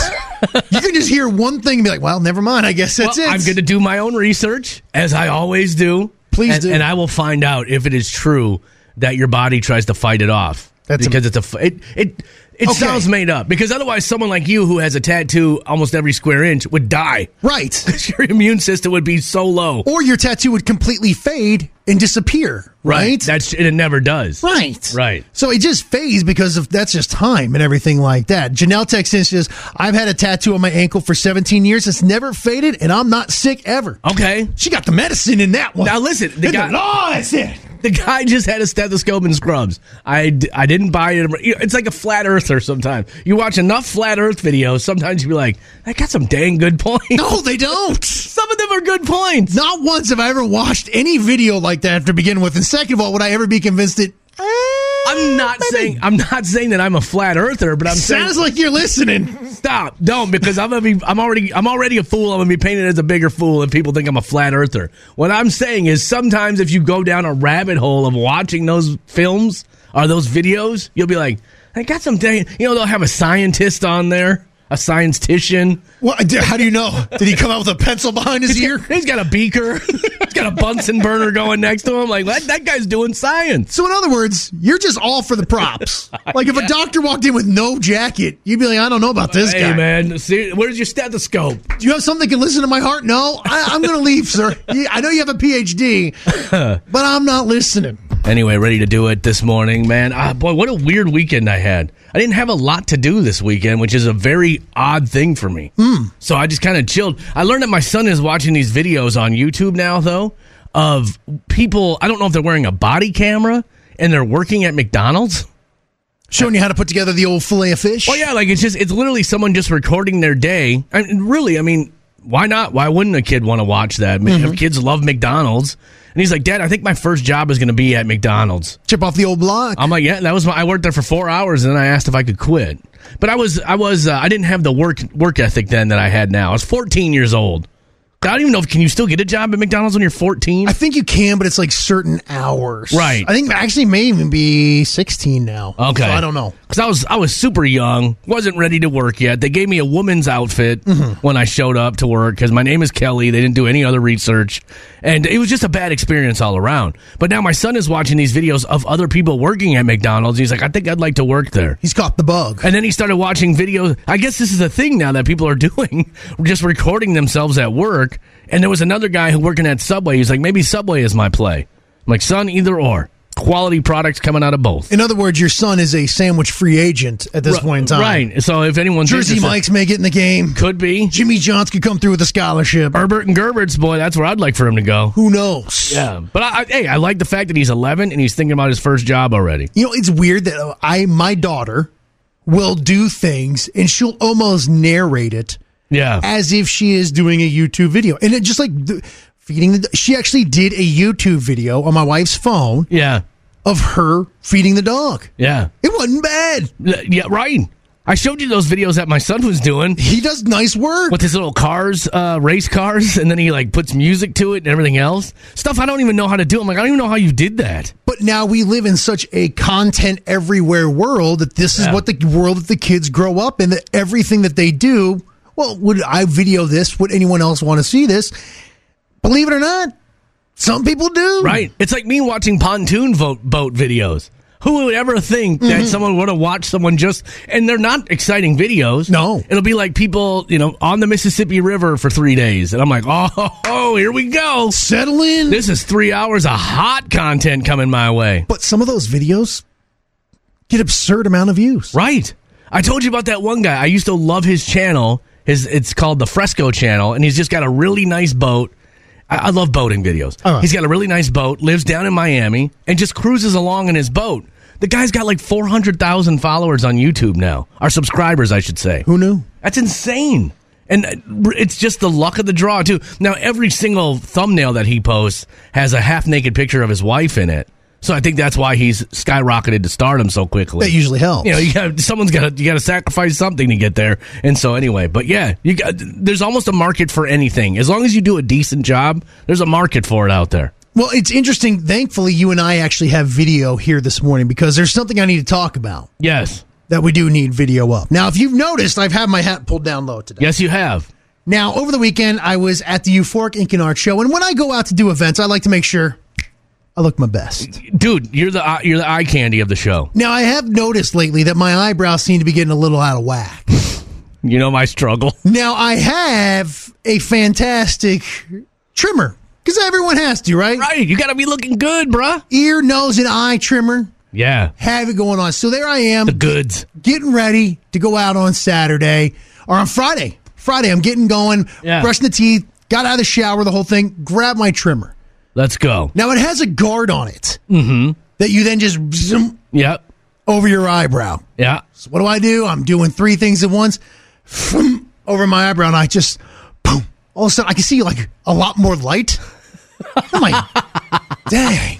Speaker 2: you can just hear one thing and be like, "Well, never mind. I guess that's
Speaker 1: Well,
Speaker 2: it."
Speaker 1: I'm gonna do my own research as I always do.
Speaker 2: Please
Speaker 1: and,
Speaker 2: do.
Speaker 1: and I will find out if it is true that your body tries to fight it off.
Speaker 2: That's a-
Speaker 1: because it's a f- it it it
Speaker 2: Okay.
Speaker 1: sounds made up. Because otherwise, someone like you who has a tattoo almost every square inch would die.
Speaker 2: right.
Speaker 1: your immune system would be so low.
Speaker 2: Or your tattoo would completely fade and disappear. Right.
Speaker 1: That's it. Never does.
Speaker 2: Right.
Speaker 1: Right.
Speaker 2: So it just fades because of that's just time and everything like that. Janelle texts in she says, I've had a tattoo on my ankle for 17 years. It's never faded and I'm not sick ever.
Speaker 1: Okay.
Speaker 2: She got the medicine in that one.
Speaker 1: Oh. Now listen, the
Speaker 2: In
Speaker 1: guy-
Speaker 2: law, I said.
Speaker 1: The guy just had a stethoscope and scrubs. I, d- I didn't buy it. It's like a flat earther sometimes. You watch enough flat earth videos, sometimes you be like, I got some dang good points.
Speaker 2: No, they don't.
Speaker 1: Some of them are good points.
Speaker 2: Not once have I ever watched any video like that to begin with. And second of all, would I ever be convinced that
Speaker 1: I'm not saying I'm not saying that I'm a flat earther, but I'm saying
Speaker 2: eh, sounds like you're listening.
Speaker 1: stop, don't because I'm gonna be I'm already I'm already a fool. I'm gonna be painted as a bigger fool if people think I'm a flat earther. What I'm saying is sometimes if you go down a rabbit hole of watching those films or those videos, you'll be like, I got some dang you know they'll have a scientist on there, a scientistician.
Speaker 2: What, how do you know? Did he come out with a pencil behind his ear?
Speaker 1: He's got a beaker. He's got a Bunsen burner going next to him. Like that, that guy's doing science.
Speaker 2: So in other words, you're just all for the props. Like if a doctor walked in with no jacket, you'd be like, I don't know about this
Speaker 1: hey
Speaker 2: guy.
Speaker 1: man, see, where's your stethoscope?
Speaker 2: Do you have something that can listen to my heart? No, I, I'm going to leave, sir. Yeah, I know you have a PhD, but I'm not listening.
Speaker 1: Anyway, ready to do it this morning, man. Ah, boy, what a weird weekend I had. I didn't have a lot to do this weekend, which is a very odd thing for me. So I just kind of chilled. I learned that my son is watching these videos on YouTube now, though, of people. I don't know if they're wearing a body camera and they're working at McDonald's.
Speaker 2: Showing you how to put together the old fillet of fish.
Speaker 1: Oh yeah, like it's just it's literally someone just recording their day. I mean, really, I mean, why not? Why wouldn't a kid want to watch that? I mean, Kids love McDonald's, and he's like, Dad, I think my first job is going to be at McDonald's.
Speaker 2: Chip off the old block.
Speaker 1: I'm like, yeah, that was my. I worked there for four hours, and then I asked if I could quit. But I was, I was, uh, I didn't have the work work ethic then that I had now. I was 14 years old. I don't even know if can you still get a job at McDonald's when you're 14.
Speaker 2: I think you can, but it's like certain hours.
Speaker 1: Right.
Speaker 2: I think it actually may even be 16 now.
Speaker 1: Okay,
Speaker 2: So I don't know.
Speaker 1: because I was I was super young, wasn't ready to work yet. They gave me a woman's outfit
Speaker 2: Mm-hmm.
Speaker 1: when I showed up to work because my name is Kelly. They didn't do any other research, and it was just a bad experience all around. But now my son is watching these videos of other people working at McDonald's. He's like, I think I'd like to work there.
Speaker 2: He's caught the bug.
Speaker 1: And then he started watching videos. I guess this is a thing now that people are doing, just recording themselves at work. And there was another guy who working at Subway. He's like, maybe Subway is my play. I'm like, son, either or. Quality products coming out of both.
Speaker 2: In other words, your son is a sandwich free agent at this point in time.
Speaker 1: Right. So if anyone's
Speaker 2: Jersey
Speaker 1: interested-
Speaker 2: Mike's may get in the game.
Speaker 1: could be
Speaker 2: Jimmy Johns could come through with a scholarship.
Speaker 1: Herbert and Gerbert's boy. That's where I'd like for him to go.
Speaker 2: Who knows?
Speaker 1: Yeah. But I, I, hey, I like the fact that he's 11 and he's thinking about his first job already.
Speaker 2: You know, it's weird that uh, I my daughter will do things and she'll almost narrate it
Speaker 1: Yeah.
Speaker 2: as if she is doing a YouTube video. And it just like the, feeding the she actually did a YouTube video on my wife's phone
Speaker 1: Yeah.
Speaker 2: of her feeding the dog.
Speaker 1: Yeah.
Speaker 2: It wasn't bad.
Speaker 1: Yeah, right. I showed you those videos that my son was doing
Speaker 2: He does nice work.
Speaker 1: with his little cars, uh, race cars, and then he like puts music to it and everything else. Stuff I don't even know how to do. I'm like, I don't even know how you did that.
Speaker 2: But now we live in such a content everywhere world that this is
Speaker 1: Yeah.
Speaker 2: what the world that the kids grow up in. That everything that they do, well, would I video this? Would anyone else want to see this? Believe it or not, some people do.
Speaker 1: Right. It's like me watching pontoon vote, boat videos. Who would ever think that someone would have watched someone just, and they're not exciting videos.
Speaker 2: No.
Speaker 1: It'll be like people, you know, on the Mississippi River for three days. And I'm like, oh, here we go.
Speaker 2: Settle in.
Speaker 1: This is three hours of hot content coming my way.
Speaker 2: but some of those videos get absurd amount of views.
Speaker 1: Right. I told you about that one guy. I used to love his channel. His it's called the Fresco Channel, and he's just got a really nice boat. I, I love boating videos.
Speaker 2: Uh-huh.
Speaker 1: He's got a really nice boat. Lives down in Miami and just cruises along in his boat. The guy's got like four hundred thousand followers on YouTube now, or subscribers, I should say.
Speaker 2: Who knew?
Speaker 1: That's insane. And uh, it's just the luck of the draw, too. Now, every single thumbnail that he posts has a half naked picture of his wife in it. So I think that's why he's skyrocketed to stardom so quickly.
Speaker 2: That usually helps.
Speaker 1: You know, you got someone's got to you got to sacrifice something to get there. And so anyway, but yeah, you got there's almost a market for anything. As long as you do a decent job, there's a market for it out there.
Speaker 2: Well, it's interesting. Thankfully, you and I actually have video here this morning because there's something I need to talk about
Speaker 1: Yes.
Speaker 2: that we do need video of. Now, if you've noticed, I've had my hat pulled down low today.
Speaker 1: Yes, you have.
Speaker 2: Now, over the weekend, I was at the Euphoric Ink and Art Show, and when I go out to do events, I like to make sure I look my best.
Speaker 1: Dude, you're the eye- you're the eye candy of the show.
Speaker 2: Now, I have noticed lately that my eyebrows seem to be getting a little out of whack.
Speaker 1: You know my struggle.
Speaker 2: Now, I have a fantastic trimmer because everyone has to, right?
Speaker 1: right. You got to be looking good, bruh.
Speaker 2: Ear, nose, and eye trimmer.
Speaker 1: Yeah.
Speaker 2: Have it going on. So there I am.
Speaker 1: The goods.
Speaker 2: getting ready to go out on Saturday or on Friday. Friday, I'm getting going,
Speaker 1: Yeah.
Speaker 2: brushing the teeth, got out of the shower, the whole thing, grab my trimmer.
Speaker 1: Let's go.
Speaker 2: Now it has a guard on it that you then just zoom
Speaker 1: Yep.
Speaker 2: over your eyebrow.
Speaker 1: Yeah.
Speaker 2: So what do I do? I'm doing three things at once, Zoom over my eyebrow, and I just boom. All of a sudden, I can see like a lot more light. I'm like, dang.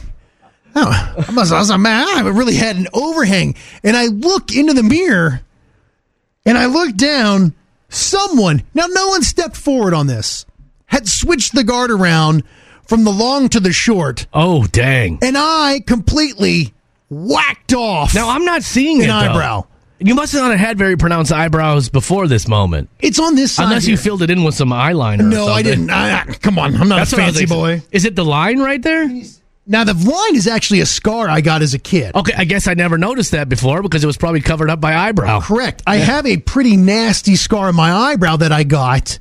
Speaker 2: Oh, I must- I was like, man, I haven't really had an overhang. And I look into the mirror and I look down. Someone, now no one stepped forward on this, had switched the guard around from the long to the short.
Speaker 1: Oh, dang.
Speaker 2: And I completely whacked off
Speaker 1: Now I'm not seeing it,
Speaker 2: an
Speaker 1: though.
Speaker 2: eyebrow.
Speaker 1: You must not have had very pronounced eyebrows before this moment,
Speaker 2: It's on this side.
Speaker 1: unless you
Speaker 2: here.
Speaker 1: filled it in with some eyeliner. or
Speaker 2: No, I
Speaker 1: something.
Speaker 2: didn't. I, I- come on, I'm not
Speaker 1: what
Speaker 2: a
Speaker 1: I was
Speaker 2: fancy
Speaker 1: like-
Speaker 2: boy.
Speaker 1: Is it the line right there?
Speaker 2: Now the line is actually a scar I got as a kid.
Speaker 1: Okay, I guess I never noticed that before because it was probably covered up by eyebrow.
Speaker 2: Correct. I have a pretty nasty scar on my eyebrow that I got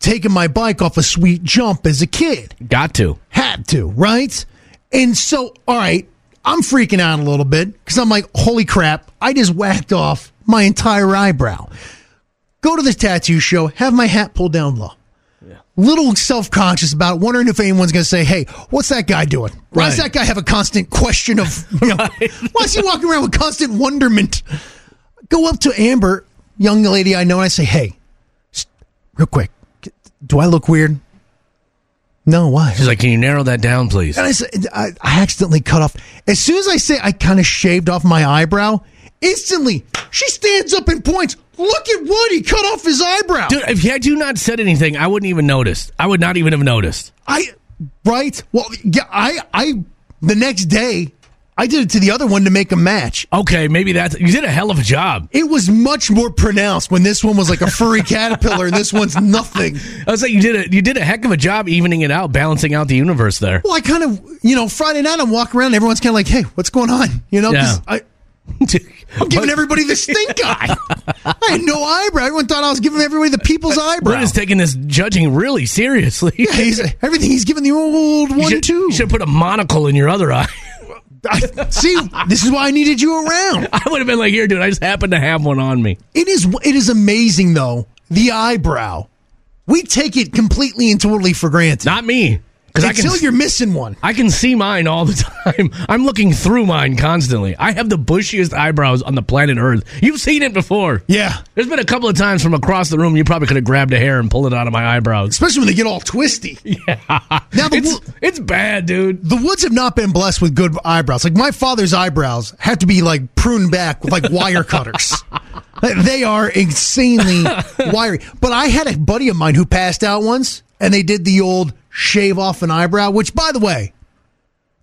Speaker 2: taking my bike off a sweet jump as a kid.
Speaker 1: Got to.
Speaker 2: Had to, right? And so, all right, I'm freaking out a little bit because I'm like, holy crap, I just whacked off my entire eyebrow. Go to the tattoo show, have my hat pulled down low. Little self conscious about it, wondering if anyone's going to say, hey, what's that guy doing? Why does
Speaker 1: Right.
Speaker 2: that guy have a constant question of, you know, why is he walking around with constant wonderment? Go up to Amber, young lady I know, and I say, hey, s- real quick, do I look weird? No, why?
Speaker 1: She's like, can you narrow that down, please?
Speaker 2: And I said, I, I accidentally cut off. As soon as I say I kind of shaved off my eyebrow, instantly she stands up and points. Look at what he cut off his eyebrow.
Speaker 1: Dude, if you had you not said anything, I wouldn't even notice. I would not even have noticed.
Speaker 2: I right? Well, yeah. I I the next day I did it to the other one to make a match.
Speaker 1: Okay, maybe that's. You did a hell of a job.
Speaker 2: It was much more pronounced when this one was like a furry caterpillar and this one's nothing.
Speaker 1: I was like, you did a you did a heck of a job evening it out, balancing out the universe there.
Speaker 2: Well, I kind of you know Friday night I'm walking around. And everyone's kind of like, hey, what's going on? You know, 'cause
Speaker 1: Yeah.
Speaker 2: I. I'm giving everybody the stink eye. I had no eyebrow. Everyone thought I was giving everybody the people's eyebrow.
Speaker 1: Brett is taking this judging really seriously.
Speaker 2: Yeah, he's everything. He's giving the old
Speaker 1: You
Speaker 2: one
Speaker 1: should,
Speaker 2: two.
Speaker 1: you should put a monocle in your other eye.
Speaker 2: I- see, this is why I needed you around.
Speaker 1: I would have been like, here, dude, I just happen to have one on me.
Speaker 2: It is. It is amazing though. The eyebrow, we take it completely and totally for granted.
Speaker 1: Not me. because I can
Speaker 2: Until you're missing one.
Speaker 1: I can see mine all the time. I'm looking through mine constantly. I have the bushiest eyebrows on the planet Earth. You've seen it before.
Speaker 2: Yeah.
Speaker 1: There's been a couple of times from across the room you probably could have grabbed a hair and pulled it out of my eyebrows.
Speaker 2: Especially when they get all twisty. Now the,
Speaker 1: It's,
Speaker 2: wo-
Speaker 1: it's bad, dude.
Speaker 2: the woods have not been blessed with good eyebrows. Like my father's eyebrows have to be like pruned back with like wire cutters. Like, they are insanely wiry. But I had a buddy of mine who passed out once and they did the old shave off an eyebrow, which by the way,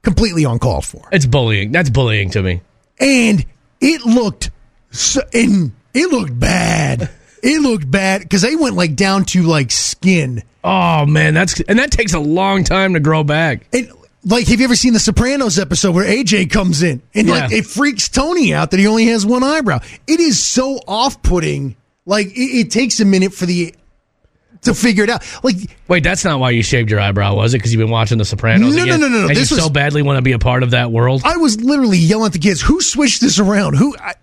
Speaker 2: completely uncalled for.
Speaker 1: It's bullying. That's bullying to me.
Speaker 2: And it looked so, and it looked bad. It looked bad because they went like down to like skin.
Speaker 1: Oh man, that's and that takes a long time to grow back.
Speaker 2: And like, have you ever seen the Sopranos episode where AJ comes in and like
Speaker 1: Yeah.
Speaker 2: it freaks Tony out that he only has one eyebrow? It is so off-putting. Like it, it takes a minute for the to figure it out. Like
Speaker 1: Wait, that's not why you shaved your eyebrow, was it? Because you've been watching The Sopranos?
Speaker 2: No,
Speaker 1: again?
Speaker 2: no, no, no, no.
Speaker 1: And
Speaker 2: This
Speaker 1: you
Speaker 2: was-
Speaker 1: so badly want to be a part of that world.
Speaker 2: I was literally yelling at the kids, "Who switched this around? Who?" I,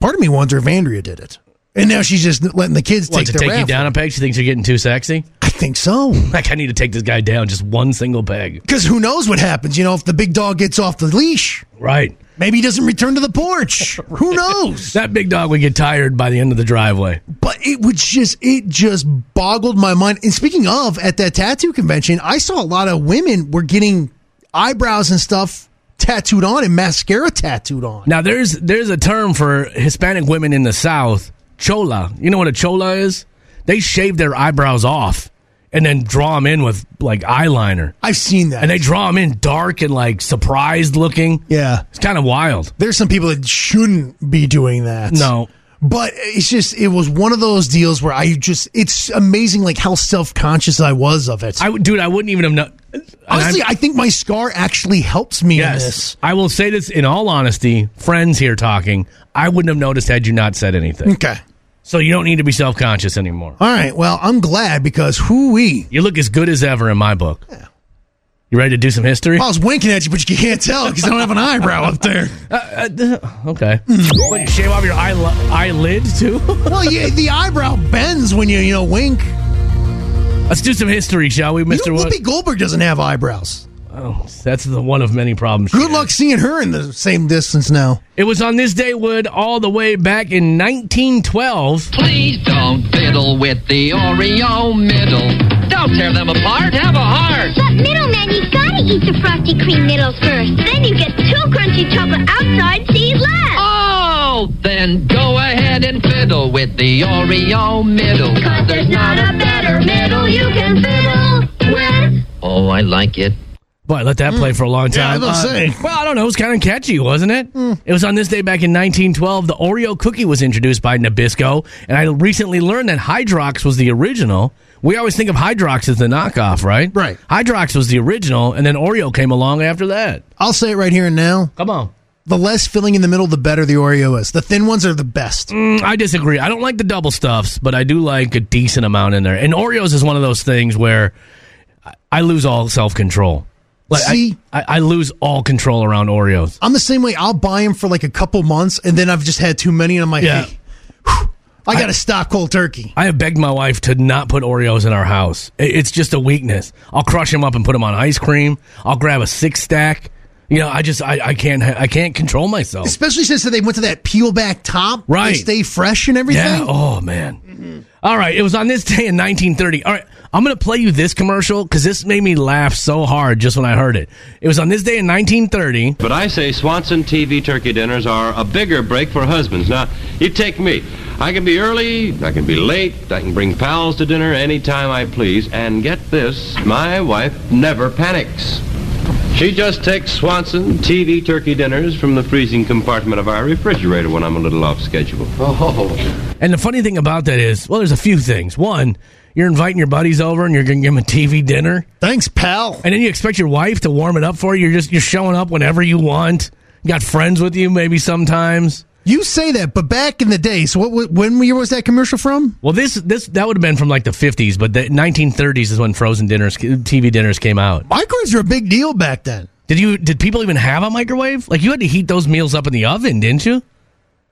Speaker 2: part of me wonder if Andrea did it, and now she's just letting the kids
Speaker 1: Want
Speaker 2: take
Speaker 1: to
Speaker 2: their
Speaker 1: take you
Speaker 2: raffle.
Speaker 1: down a peg? She thinks you're getting too sexy.
Speaker 2: I think so.
Speaker 1: Like I need to take this guy down just one single peg.
Speaker 2: Because who knows what happens? You know, if the big dog gets off the leash,
Speaker 1: Right.
Speaker 2: maybe he doesn't return to the porch. Who knows?
Speaker 1: That big dog would get tired by the end of the driveway.
Speaker 2: but it was just it just boggled my mind. And speaking of, at that tattoo convention, I saw a lot of women were getting eyebrows and stuff tattooed on and mascara tattooed on.
Speaker 1: Now there's there's a term for Hispanic women in the South, chola. You know what a chola is? They shave their eyebrows off and then draw them in with like eyeliner.
Speaker 2: I've seen that.
Speaker 1: And they draw them in dark and like surprised looking.
Speaker 2: yeah,
Speaker 1: It's kind of wild.
Speaker 2: there's some people that shouldn't be doing that.
Speaker 1: No.
Speaker 2: But it's just it was one of those deals where I just it's amazing like how self conscious I was of it.
Speaker 1: I would- dude, I wouldn't even have known.
Speaker 2: Honestly, I think my scar actually helps me in this.
Speaker 1: Yes. I will say this in all honesty, friends here talking, I wouldn't have noticed had you not said anything.
Speaker 2: Okay.
Speaker 1: so you don't need to be self-conscious anymore.
Speaker 2: All right. Well, I'm glad because who we.
Speaker 1: You look as good as ever in my book. You ready to do some history?
Speaker 2: I was winking at you, but you can't tell because I don't have an eyebrow up there.
Speaker 1: Uh, uh, okay. What, you shave off your eye eyelid too?
Speaker 2: Well, yeah, the eyebrow bends when you you know wink.
Speaker 1: Let's do some history, shall we,
Speaker 2: You
Speaker 1: Mister
Speaker 2: know,
Speaker 1: What?
Speaker 2: Whoopi Goldberg doesn't have eyebrows.
Speaker 1: Oh, that's the one of many problems. she
Speaker 2: Good
Speaker 1: had.
Speaker 2: luck seeing her in the same distance now.
Speaker 1: It was on this day, Wood, all the way back in 1912.
Speaker 10: Please don't fiddle with the Oreo middle. Don't tear them apart. Have a heart.
Speaker 11: But middleman, you gotta eat the frosty cream middles first. Then you get two crunchy chocolate outside cheese left.
Speaker 10: Oh, then go ahead and fiddle with the Oreo middle.
Speaker 11: Cause there's not a better middle you can fiddle with.
Speaker 10: Oh, I like it.
Speaker 1: Boy, I let that play for a long
Speaker 2: Mm. Yeah, I
Speaker 1: time. Uh,
Speaker 2: was gonna say. Mm.
Speaker 1: well, I don't know. It was kind of catchy, wasn't it? It was on this day back in 1912. The Oreo cookie was introduced by Nabisco, and I recently learned that Hydrox was the original. We always think of Hydrox as the knockoff, right?
Speaker 2: Right.
Speaker 1: Hydrox was the original, and then Oreo came along after that.
Speaker 2: I'll say it right here and now.
Speaker 1: Come on.
Speaker 2: The less filling in the middle, the better the Oreo is. The thin ones are the best.
Speaker 1: Mm, I disagree. I don't like the double stuffs, but I do like a decent amount in there. And Oreos is one of those things where I- I lose all self control. Like I-
Speaker 2: See?
Speaker 1: I, I lose all control around Oreos.
Speaker 2: I'm the same way. I'll buy them for like a couple months, and then I've just had too many, and I'm like,
Speaker 1: Yeah.
Speaker 2: hey, whew, I got to stop cold turkey.
Speaker 1: I have begged my wife to not put Oreos in our house. I- It's just a weakness. I'll crush them up and put them on ice cream. I'll grab a six stack. You know, I just I, I can't ha- I can't control myself.
Speaker 2: Especially since they went to that peel back top,
Speaker 1: Right.
Speaker 2: They stay fresh and everything.
Speaker 1: Yeah. Oh man. All right. It was on this day in 1930. All right. I'm gonna play you this commercial because this made me laugh so hard just when I heard it. It was on this day in 1930.
Speaker 5: But I say Swanson TV turkey dinners are a bigger break for husbands. Now, you take me. I can be early, I can be late, I can bring pals to dinner anytime I please, and get this, my wife never panics. She just takes Swanson TV turkey dinners from the freezing compartment of our refrigerator when I'm a little off schedule.
Speaker 1: And the funny thing about that is, well, there's a few things. One, you're inviting your buddies over and you're gonna give them a TV dinner.
Speaker 2: Thanks, pal.
Speaker 1: And then you expect your wife to warm it up for you. You're just you're showing up whenever you want. You got friends with you maybe sometimes.
Speaker 2: You say that, but back in the day, so what? what when year was that commercial from?
Speaker 1: Well, this this that would have been from like the 50s, but the 1930s is when frozen dinners TV dinners came out.
Speaker 2: Microwaves were a big deal back then.
Speaker 1: Did you did people even have a microwave? Like you had to heat those meals up in the oven, didn't you?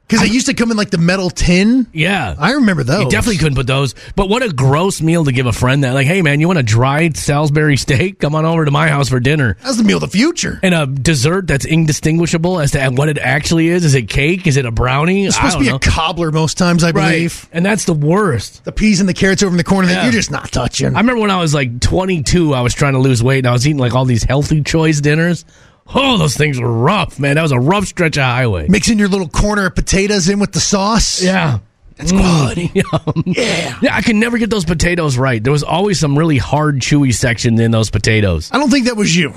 Speaker 2: Because they used to come in like the metal tin.
Speaker 1: Yeah,
Speaker 2: I remember those.
Speaker 1: You definitely couldn't put those. But what a gross meal to give a friend that, like, hey man, you want a dried Salisbury steak? Come on over to my house for dinner.
Speaker 2: That's the meal of the future.
Speaker 1: And a dessert that's indistinguishable as to what it actually is. Is it cake? Is it a brownie?
Speaker 2: It's supposed to be a cobbler most times, I
Speaker 1: Right.
Speaker 2: believe.
Speaker 1: And that's the worst.
Speaker 2: The peas and the carrots over in the corner that
Speaker 1: Yeah.
Speaker 2: you're just not touching.
Speaker 1: I remember when I was like 22, I was trying to lose weight and I was eating like all these healthy choice dinners. Oh, those things were rough, man. That was a rough stretch of highway.
Speaker 2: Mixing your little corner of potatoes in with the sauce.
Speaker 1: Yeah.
Speaker 2: That's quality.
Speaker 1: yeah. Yeah, I could never get those potatoes right. There was always some really hard, chewy section in those potatoes.
Speaker 2: I don't think that was you.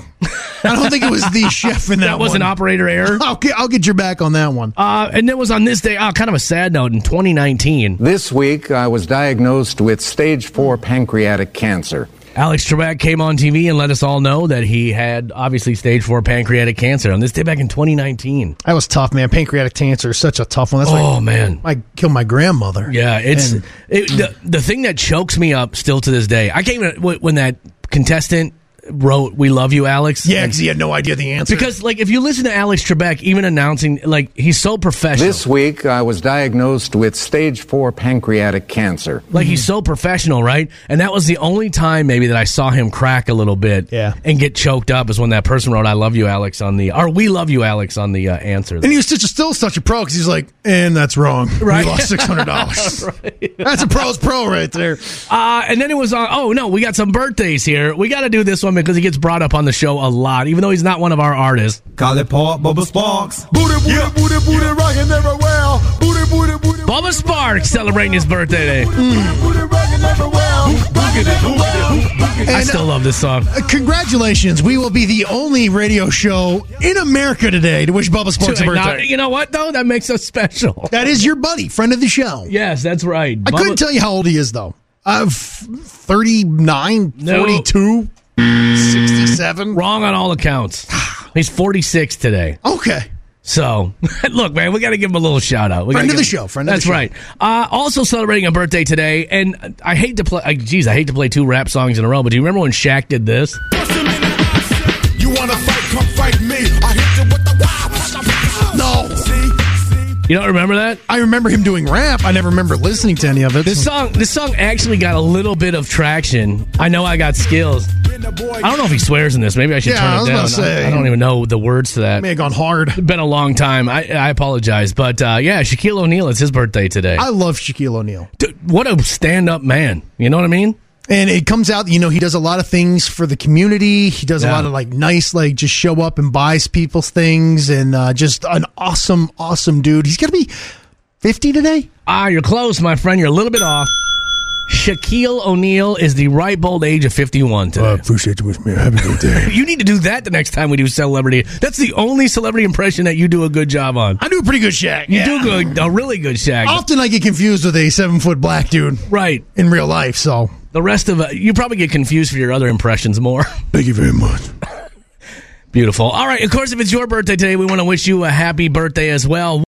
Speaker 2: I don't think it was the chef in that.
Speaker 1: That was an
Speaker 2: one.
Speaker 1: operator error.
Speaker 2: I'll get, I'll get your back on that one.
Speaker 1: Uh, and it was on this day, oh, kind of a sad note, in 2019,
Speaker 12: This week, I was diagnosed with stage four pancreatic cancer.
Speaker 1: Alex Trebek came on TV and let us all know that he had obviously stage four pancreatic cancer on this day back in 2019.
Speaker 2: That was tough, man. Pancreatic cancer is such a tough one. That's
Speaker 1: Oh,
Speaker 2: why
Speaker 1: man.
Speaker 2: I killed my grandmother.
Speaker 1: Yeah, it's
Speaker 2: And-
Speaker 1: it, the, the thing that chokes me up still to this day. I can't even, wh- when that contestant wrote, We love you, Alex.
Speaker 2: yeah,
Speaker 1: and-
Speaker 2: because he had no idea the answer.
Speaker 1: because, like, if you listen to Alex Trebek even announcing, like, he's so professional.
Speaker 12: This week, I was diagnosed with stage four pancreatic cancer.
Speaker 1: Like he's so professional, right? And that was the only time maybe that I saw him crack a little bit,
Speaker 2: Yeah.
Speaker 1: and get choked up is when that person wrote "I love you, Alex" on the or "We love you, Alex" on the uh, answer.
Speaker 2: and he was such a, still such a pro because he's like, and that's wrong.
Speaker 1: Right.
Speaker 2: We lost six hundred dollars. That's a pro's pro right there.
Speaker 1: Uh, and then it was on. Oh no, we got some birthdays here. We got to do this one because he gets brought up on the show a lot, even though he's not one of our artists.
Speaker 13: Call it Paul Bubba Sparks. Booty, booty, booty, booty, rocking everywhere. Booty, booty, booty,
Speaker 1: Bubba Sparks celebrating his birthday today.
Speaker 13: booty, rocking everywhere. Rocking everywhere.
Speaker 1: I still love this song.
Speaker 2: Uh, Congratulations! We will be the only radio show in America today to wish Bubba Sparks a
Speaker 1: To acknowledge-
Speaker 2: birthday.
Speaker 1: you know what though? That makes us special.
Speaker 2: That is your buddy, friend of the show.
Speaker 1: Yes, that's right.
Speaker 2: I couldn't tell you how old he is though. Uh, f- 39,
Speaker 1: No.
Speaker 2: 42, 67.
Speaker 1: Wrong on all accounts. He's 46 today.
Speaker 2: Okay.
Speaker 1: So, look, man, we got to give him a little shout out. We
Speaker 2: Friend
Speaker 1: gotta
Speaker 2: of the
Speaker 1: give him-
Speaker 2: show, friend of the
Speaker 1: That's
Speaker 2: show.
Speaker 1: right. Uh, also celebrating a birthday today, and I hate to play. I, geez, I hate to play two rap songs in a row. But do you remember when Shaq did this?
Speaker 13: You wanna fight? Come fight me. I hit you with the wow.
Speaker 2: No.
Speaker 1: You don't remember that?
Speaker 2: I remember him doing rap. I never remember listening to any of it.
Speaker 1: This song, this song actually got a little bit of traction. I know I got skills. I don't know if he swears in this. Maybe I should
Speaker 2: Yeah,
Speaker 1: turn it
Speaker 2: I was
Speaker 1: down.
Speaker 2: about to say.
Speaker 1: I, I don't even know the words to that.
Speaker 2: may have gone hard.
Speaker 1: It's been a long time. I, I apologize, but uh, yeah, Shaquille O'Neal. It's his birthday today.
Speaker 2: I love Shaquille O'Neal.
Speaker 1: Dude, what a stand-up man. You know what I mean?
Speaker 2: And it comes out, you know, he does a lot of things for the community. He does a
Speaker 1: Yeah.
Speaker 2: lot of like nice, like just show up and buys people things and uh, just an awesome, awesome dude. He's going to be 50 today.
Speaker 1: Ah, you're close, my friend. You're a little bit off. Shaquille O'Neal is the ripe old age of 51 today.
Speaker 2: appreciate you with me. Have a good day.
Speaker 1: you need to do that the next time we do celebrity. That's the only celebrity impression that you do a good job on.
Speaker 2: I do a pretty good Shaq.
Speaker 1: You
Speaker 2: yeah.
Speaker 1: do good, a really good Shaq.
Speaker 2: Often I get confused with a seven foot black dude
Speaker 1: Right.
Speaker 2: in real life. So
Speaker 1: The rest of uh, you probably get confused for your other impressions more.
Speaker 2: thank you very much.
Speaker 1: Beautiful. All right. Of course, if it's your birthday today, we want to wish you a happy birthday as well.